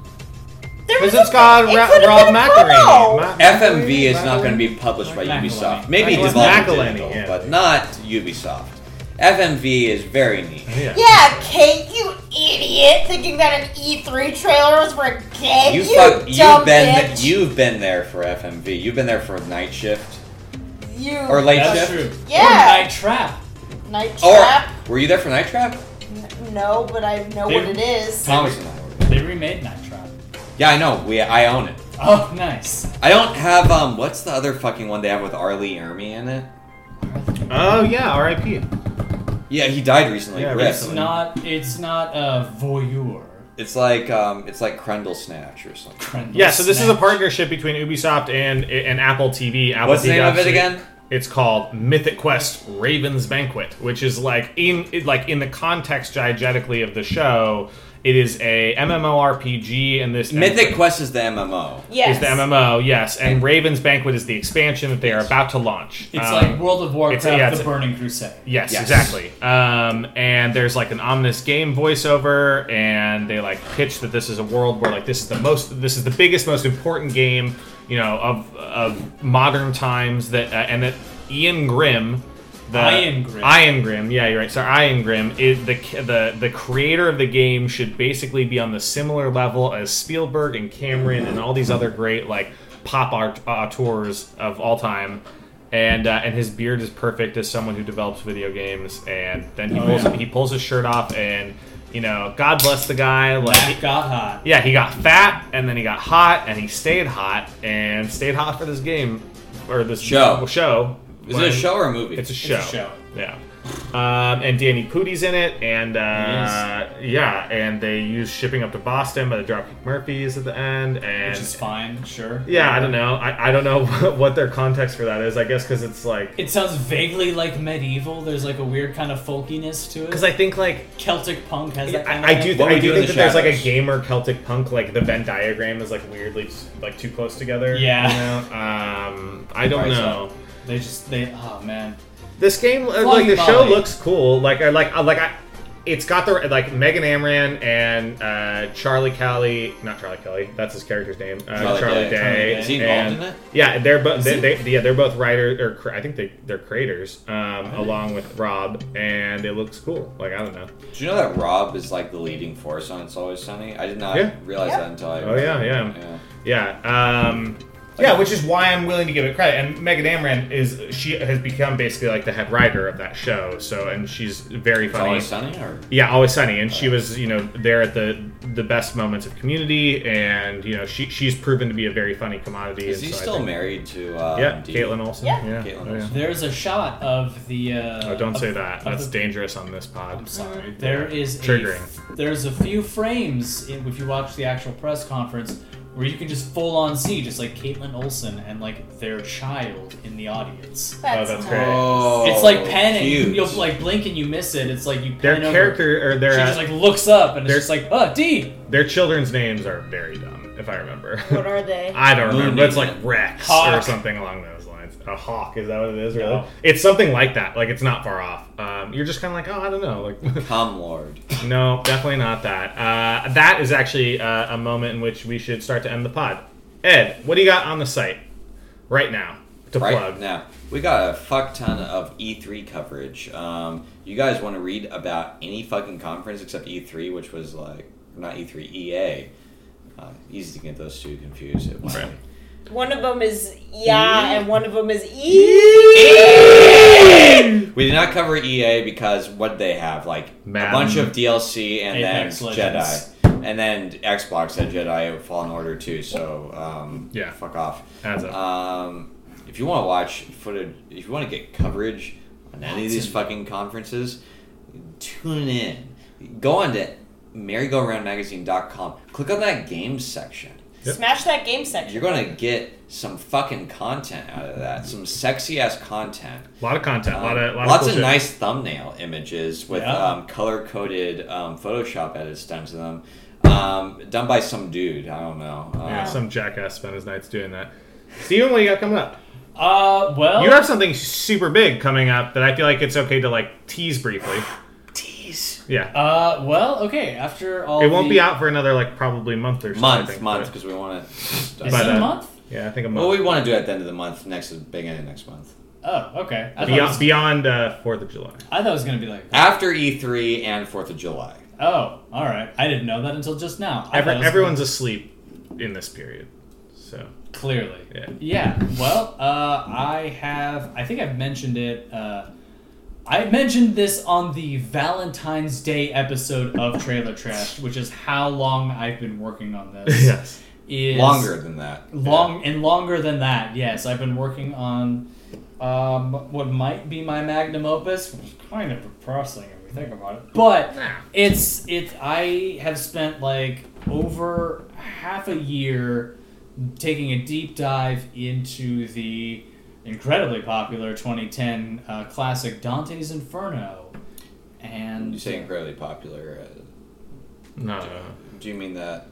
G: Because it's called
H: it
G: Ra-
H: could've
G: Rob
H: been a
G: McElhaney.
H: promo.
G: Ma-
I: FMV is not going to be published by Ubisoft. Maybe
G: Macaroni.
I: developed
G: Macaroni,
I: digital,
G: yeah.
I: but not Ubisoft. FMV is very neat.
H: Yeah, Kate, you idiot! Thinking that an E3 trailer was for a game.
I: You
H: You,
I: fuck,
H: dumb
I: you've been
H: bitch.
I: you've been there for FMV. You've been there for night shift
H: You.
I: or late
J: That's
I: shift.
J: true.
H: Yeah.
J: Or Night Trap.
H: Night
I: Or
H: trap.
I: were you there for night trap?
H: No, but I know what it is.
I: Thomas and I were.
J: They remade Night Trap.
I: Yeah, I know. We I own it.
J: Oh, nice.
I: I don't have um. What's the other fucking one they have with Arlie Ermy in it?
G: Oh yeah, R.I.P.
I: Yeah, he died recently.
G: Yeah,
I: Rip.
J: It's not. It's not a voyeur.
I: It's like um, it's like Crendel Snatch or something.
J: Crendel
G: Yeah, so this is a
J: Snatch.
G: partnership between Ubisoft and and Apple TV. Apple
I: What's the
G: TV
I: name of it
G: obviously-
I: again?
G: It's called Mythic Quest Raven's Banquet, which is like in it- like in the context diegetically of the show, it is a MMORPG, and this
I: Mythic Quest is the MMO.
H: Yes.
G: is the MMO, yes, and Raven's Banquet is the expansion that they are about to launch.
J: It's
G: Um,
J: like World of Warcraft:
G: it's- yeah, it's-
J: The Burning Crusade.
G: Yes,
I: Yes.
G: exactly. Um, and there's like an ominous game voiceover, and they like pitch that this is a world where like this is the most, this is the biggest, most important game, you know, of of modern times. That uh, and that Ian Grimm, the
J: Ian Grimm.
G: Ian Grimm, yeah, you're right. Sorry, Ian Grimm is the the the creator of the game should basically be on the similar level as Spielberg and Cameron and all these other great like pop art auteurs of all time. And, uh, and his beard is perfect as someone who develops video games. And then he
J: Oh,
G: pulls
J: yeah.
G: he pulls his shirt off, and you know, God bless the guy. Like
J: That got hot.
G: yeah, he got fat, and then he got hot, and he stayed hot, and stayed hot for this game or this
I: Show.
G: Show.
I: Is
G: When-
I: it a show or a movie?
G: It's a show.
J: show.
G: Yeah. Um, and Danny Pooty's in it, and uh, yeah, and they use shipping up to Boston by the Dropkick Murphys at the end, and
J: Which is fine. Sure.
G: yeah, I don't know, I, I don't know what their context for that is. I guess because it's like
J: It sounds vaguely like medieval. There's like a weird kind of folkiness to it.
G: because I think like
J: Celtic punk has that kind
G: I, I
J: of
G: do.
J: thing.
G: Th-
I: What
G: I
I: we
G: do
I: do in
G: think
I: the
G: that there's like a
I: shadows.
G: gamer Celtic punk. Like the Venn diagram is like weirdly like too close together.
J: Yeah.
G: You know? Um, I don't
I: Right, so-
G: know.
J: They just they oh man.
G: This game, uh, like
J: Flying
G: the show,
J: volley.
G: looks cool. Like I like I like I. It's got the like Megan Amran and uh, Charlie Kelly, not Charlie Kelly. That's his character's name. Uh, Charlie,
I: Charlie
G: Day.
I: Day.
J: Charlie Day.
I: Is he involved
G: and-
I: in it?
G: Yeah, they're both. They,
J: he?
G: they, yeah, they're both writers or cr- I think they they're creators um, along with Rob, and it looks cool. Like I don't know.
I: Do you know that Rob is like the leading force on It's Always Sunny? I did not
G: Yeah.
I: realize
H: Yeah.
I: that until I.
G: Oh yeah, yeah, yeah. Um, yeah, which is why I'm willing to give it credit. And Megan Amran is she has become basically like the head writer of that show. So and she's very
I: It's
G: funny.
I: Always Sunny, or
G: Yeah, always sunny, and she was you know there at the the best moments of Community, and you know she she's proven to be a very funny commodity.
I: is
G: and
I: he
G: so I
I: still
G: think-
I: married to? Um,
G: Yeah,
I: Dee?
G: Caitlin Olsen.
H: Yeah.
G: yeah.
I: Caitlin
G: oh, yeah.
I: Olsen.
J: There's a shot of the. Uh,
G: Oh, don't
J: of-
G: say that.
J: of
G: That's
J: the-
G: dangerous on this pod.
J: I'm sorry. There is
G: Triggering.
J: A, there's a few frames in, if you watch the actual press conference where you can just full on see just like Caitlin Olsen and like their child in the audience.
H: That's,
G: Oh, that's
H: nice.
G: great.
I: Oh,
J: it's like panning.
I: cute.
J: You'll like blink and you miss it. It's like you pan
G: Their
J: over.
G: character or
J: She
G: their uh,
J: just like looks up and it's
G: They're-
J: just like, oh, D.
G: their children's names are very dumb, if I remember.
H: What are they?
G: I don't remember.
I: Moon
G: but It's
I: Knight.
G: like Rex or
J: Hawk.
G: something along those lines. A hawk is that what it is? Really?
J: No.
G: It's something like that. Like it's not far off. Um, you're just kind of like, oh, I don't know. Like
I: Come Lord.
G: No, definitely not that. Uh, that is actually uh, a moment in which we should start to end the pod. Ed, what do you got on the site? right now to
I: right
G: plug.
I: now. We got a fuck ton of E3 coverage. Um, you guys want to read about any fucking conference except E3, which was like not E E3, EA. Uh, easy to get those two confused. At one point.
H: One of them is yeah, and one of them is E.
I: We did not cover EA because what they have like
G: Madden.
I: a bunch of DLC and
J: Apex
I: then
J: Legends.
I: Jedi, and then Xbox had Jedi Fallen Order too. So um,
G: Yeah.
I: fuck off.
G: Adds up.
I: Um, if you want to watch footage, if you want to get coverage on any of these fucking conferences, tune in. Go on to merrygoroundmagazine.com. Click on that games section.
H: smash that game section.
I: You're going to get some fucking content out of that. Some sexy ass content.
G: a lot of content, a lot of lot
I: Lots
G: cool
I: of
G: shit.
I: nice thumbnail images with
J: Yeah.
I: um, color coded um, Photoshop edits done to them. Um, done by some dude. I don't know. Um,
G: Yeah, some jackass spent his nights doing that. Steven, what you got coming up?
J: Uh, well,
G: You have something super big coming up that I feel like it's okay to like tease briefly.
I: Tease.
G: Yeah.
J: uh, well, okay. After all,
G: it won't
J: the-
G: be out for another like probably month or something. I
I: Month,
G: think,
I: month,
G: but-
I: because we want to.
J: Is
G: by
J: it a
G: then.
J: month?
G: Yeah, I think a month.
I: Well, we want to do it at the end of the month, next beginning of next month.
J: Oh, okay. I thought, it
G: beyond
J: was,
G: beyond uh, Fourth of July.
J: I thought it was gonna be like,
I: After E3 and 4th of July.
J: oh, all right. I didn't know that until just now. I
G: Every,
J: thought it was
G: everyone's asleep in this period, so
J: Clearly.
G: Yeah.
J: Well, uh, I have. I think I've mentioned it. Uh, I mentioned this on the Valentine's Day episode of Trailer Trash, which is how long I've been working on this.
G: yes.
J: Is
I: Longer than that.
J: Long and longer than that. Yes, I've been working on um, what might be my magnum opus, which is kind of depressing if we think about it. But it's it's I have spent like over half a year taking a deep dive into the incredibly popular 2010 uh, classic Dante's Inferno. And
I: You say incredibly popular. Uh,
G: No, no, no.
I: do you mean that?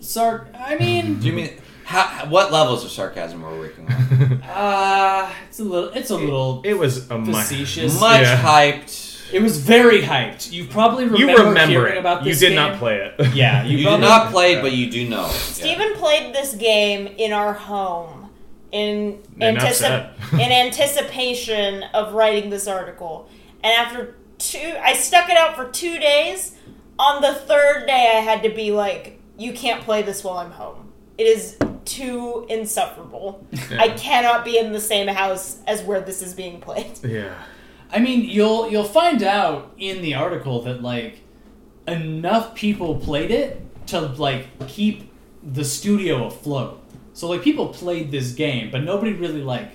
J: Sark, I mean,
I: Do you mean. How, what levels of sarcasm are we working on?
J: uh, it's a little, it's a little
G: it was a mi-
J: facetious.
I: Much
G: Yeah.
I: hyped.
J: It was very hyped. You probably remember,
G: You remember
J: hearing
G: it.
J: about
G: you
J: this
G: did
J: game.
G: not play it.
J: Yeah, you,
I: You did
J: probably,
I: not play, it, but you do know. it. Yeah.
H: Steven played this game in our home in
G: And
H: anticip-
G: upset.
H: in anticipation of writing this article. And after two, I stuck it out for two days. On the third day, I had to be like, "You can't play this while I'm home. It is too insufferable. I cannot be in the same house as where this is being played."
G: yeah.
J: I mean, you'll you'll find out in the article that like enough people played it to like keep the studio afloat. So like people played this game, but nobody really like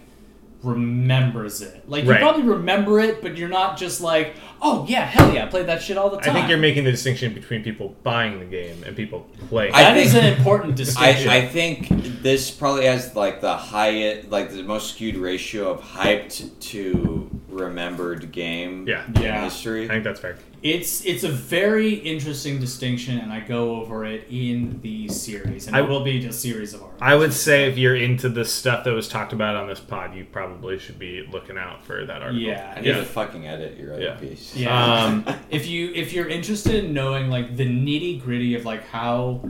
J: remembers it. Like
G: Right.
J: you probably remember it, but you're not just like, oh yeah, hell yeah, I played that shit all the
G: I
J: time.
G: think you're making the distinction between people buying the game and people playing.
I: I-
J: That is
I: think-
J: an important distinction.
I: I, I think this probably has like the high, like the most skewed ratio of hyped to remembered game
G: Yeah.
I: in
J: Yeah.
G: I
I: history.
G: think that's fair.
J: It's it's a very interesting distinction, and I go over it in the series, and
G: I-
J: it will be a series of articles.
G: I would say if you're into the stuff that was talked about on this pod, you probably should be looking out for that article.
I: I
J: yeah,
I: need
G: Yeah.
I: to fucking edit your other
G: Yeah.
I: piece.
J: yeah.
G: Um,
J: if you if you're interested in knowing like the nitty gritty of like how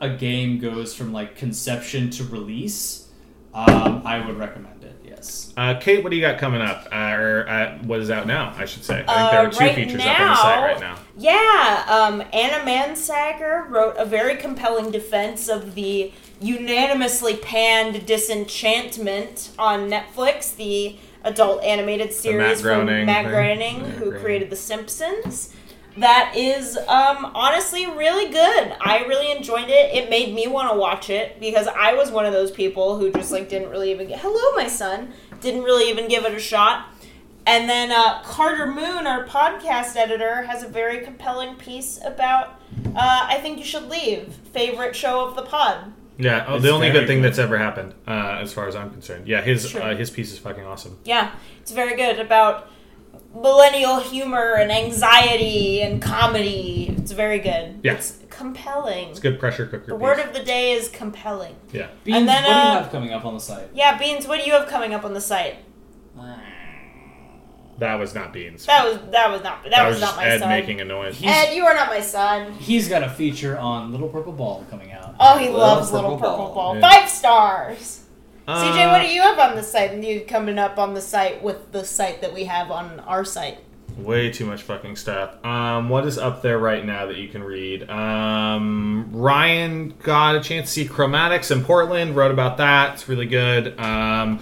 J: a game goes from like conception to release, um, I would recommend it. Yes.
G: uh, Kate, what do you got coming up? Uh, or uh, what is out now? I should say. I think
H: Uh,
G: there are two
H: right
G: features up on the site right now.
H: Yeah, um, Anna Mansager wrote a very compelling defense of the unanimously panned Disenchantment on Netflix, the adult animated series from
G: Groening
H: Matt
G: thing.
H: Groening,
G: Matt
H: who
G: Groening.
H: created The Simpsons. That is um, honestly really good. I really enjoyed it. It made me want to watch it because I was one of those people who just like didn't really even get. Hello, my son. Didn't really even give it a shot. And then uh, Carter Moon, our podcast editor, has a very compelling piece about uh, I Think You Should Leave, favorite show of the pod.
G: Yeah, oh,
J: It's
G: the only
J: very
G: good thing
J: good.
G: that's ever happened, uh, as far as I'm concerned. Yeah, his
H: Sure.
G: uh, his piece is fucking awesome.
H: Yeah, it's very good about millennial humor and anxiety and comedy. It's very good.
G: Yeah.
H: It's compelling.
G: It's a good pressure cooker.
H: The
G: piece.
H: word of the day is compelling.
G: yeah.
J: Beans,
H: then,
J: what do
H: uh,
J: you have coming up on the site?
H: Yeah, Beans, what do you have coming up on the site?
G: That was not beans.
H: That was that was not that,
G: That
H: was,
G: was
H: not
G: just
H: my
G: Ed
H: son.
G: making a noise.
H: Ed, you are not my son.
J: He's got a feature on Little Purple Ball coming out.
H: Oh, he
I: Little
H: loves
I: Purple
H: Little Purple
I: Ball. Uh,
H: Ball.
G: Yeah.
H: Five stars. CJ, what do you have on the site? And you coming up on the site with the site that we have on our site.
G: Way too much fucking stuff. Um, what is up there right now that you can read? Um, Ryan got a chance to see Chromatics in Portland. Wrote about that. It's really good. Um,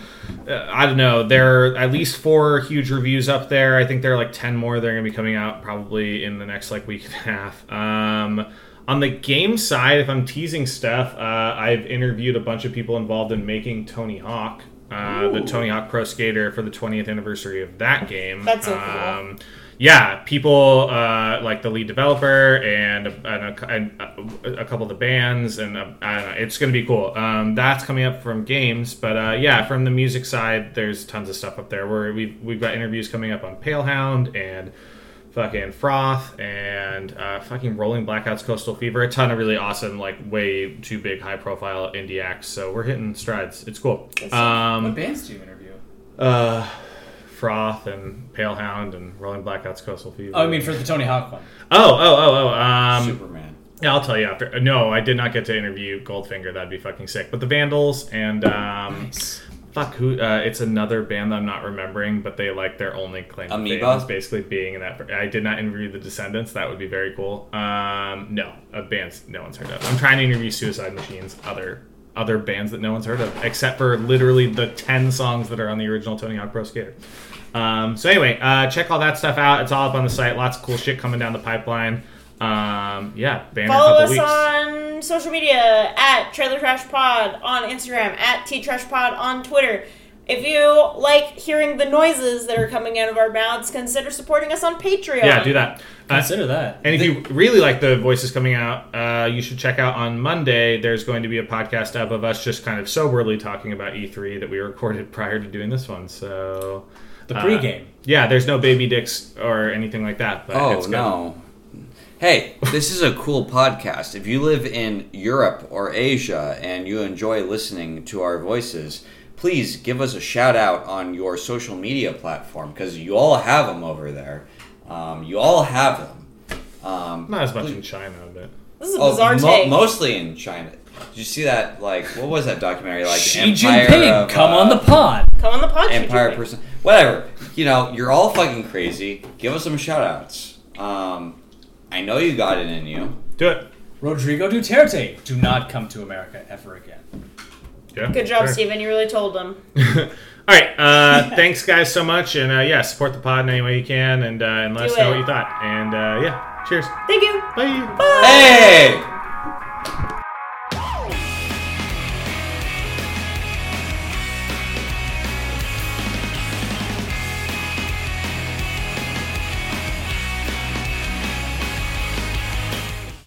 G: uh, I don't know. There are at least four huge reviews up there. I think there are like ten more. They're gonna be coming out probably in the next like week and a half. Um, on the game side, if I'm teasing stuff, uh, I've interviewed a bunch of people involved in making Tony Hawk. Uh, the Tony Hawk Pro Skater for the 20th anniversary of that game.
H: That's so cool.
G: Um, yeah, people uh, like the lead developer and, and, a, and a- a couple of the bands, and uh, I don't know, it's going to be cool. Um, that's coming up from games, but uh, yeah, from the music side, there's tons of stuff up there. Where we've we've got interviews coming up on Palehound and fucking Froth and uh, fucking Rolling Blackouts, Coastal Fever, a ton of really awesome, like way too big, high profile indie acts. So we're hitting strides. It's cool. Um,
J: what bands do you interview?
G: uh, Froth and Pale Hound and Rolling Blackouts Coastal Fever.
J: Oh, I mean for the Tony Hawk one.
G: oh, oh, oh, oh. Um,
J: Superman.
G: yeah, I'll tell you after. No, I did not get to interview Goldfinger. That'd be fucking sick. But the Vandals and um, fuck who? Uh, it's another band that I'm not remembering, but they like their only claim to fame
I: Amoeba?
G: is basically being in that. I did not interview the Descendants. That would be very cool. Um, no, a bands no one's heard of. I'm trying to interview Suicide Machines. Other. Other bands that no one's heard of, except for literally the ten songs that are on the original Tony Hawk Pro Skater. Um, so anyway, uh, check all that stuff out. It's all up on the site. Lots of cool shit coming down the pipeline. Um, yeah, banner
H: Follow
G: a couple
H: us
G: weeks.
H: on social media at Trailer Trash Pod on Instagram, at T Trash Pod on Twitter. If you like hearing the noises that are coming out of our mouths, consider supporting us on Patreon.
G: yeah, do that. Uh,
J: Consider that.
G: and if you really like the voices coming out, uh, you should check out on Monday. There's going to be a podcast up of us just kind of soberly talking about E3 that we recorded prior to doing this one. So
J: The
G: uh,
J: pregame.
G: yeah, there's no baby dicks or anything like that. But
I: Oh
G: Uh, it's good.
I: no. Hey, this is a cool podcast. If you live in Europe or Asia and you enjoy listening to our voices, please give us a shout out on your social media platform because you all have them over there. Um, you all have them. Um,
G: not as much in China, but
H: This is a
I: oh,
H: bizarre
I: mo-
H: take.
I: mostly in China. Did you see that? Like, what was that documentary? Like,
J: Xi
I: Empire
J: Jinping,
I: of,
J: come
I: uh,
J: on the pod.
H: Come on the podcast.
I: Empire person, whatever. You know, you're all fucking crazy. Give us some shout outs. Um, I know you got it in you.
G: do it.
J: Rodrigo Duterte, do not come to America ever again.
G: Yeah,
H: Good job,
G: sure.
H: Steven. You really told them.
G: All right. Uh, thanks, guys, so much. And uh, yeah, support the pod in any way you can and, uh, and let
H: Do
G: us know
H: it.
G: what you thought. And uh, yeah, cheers.
H: Thank you.
G: Bye.
H: Bye.
I: Hey!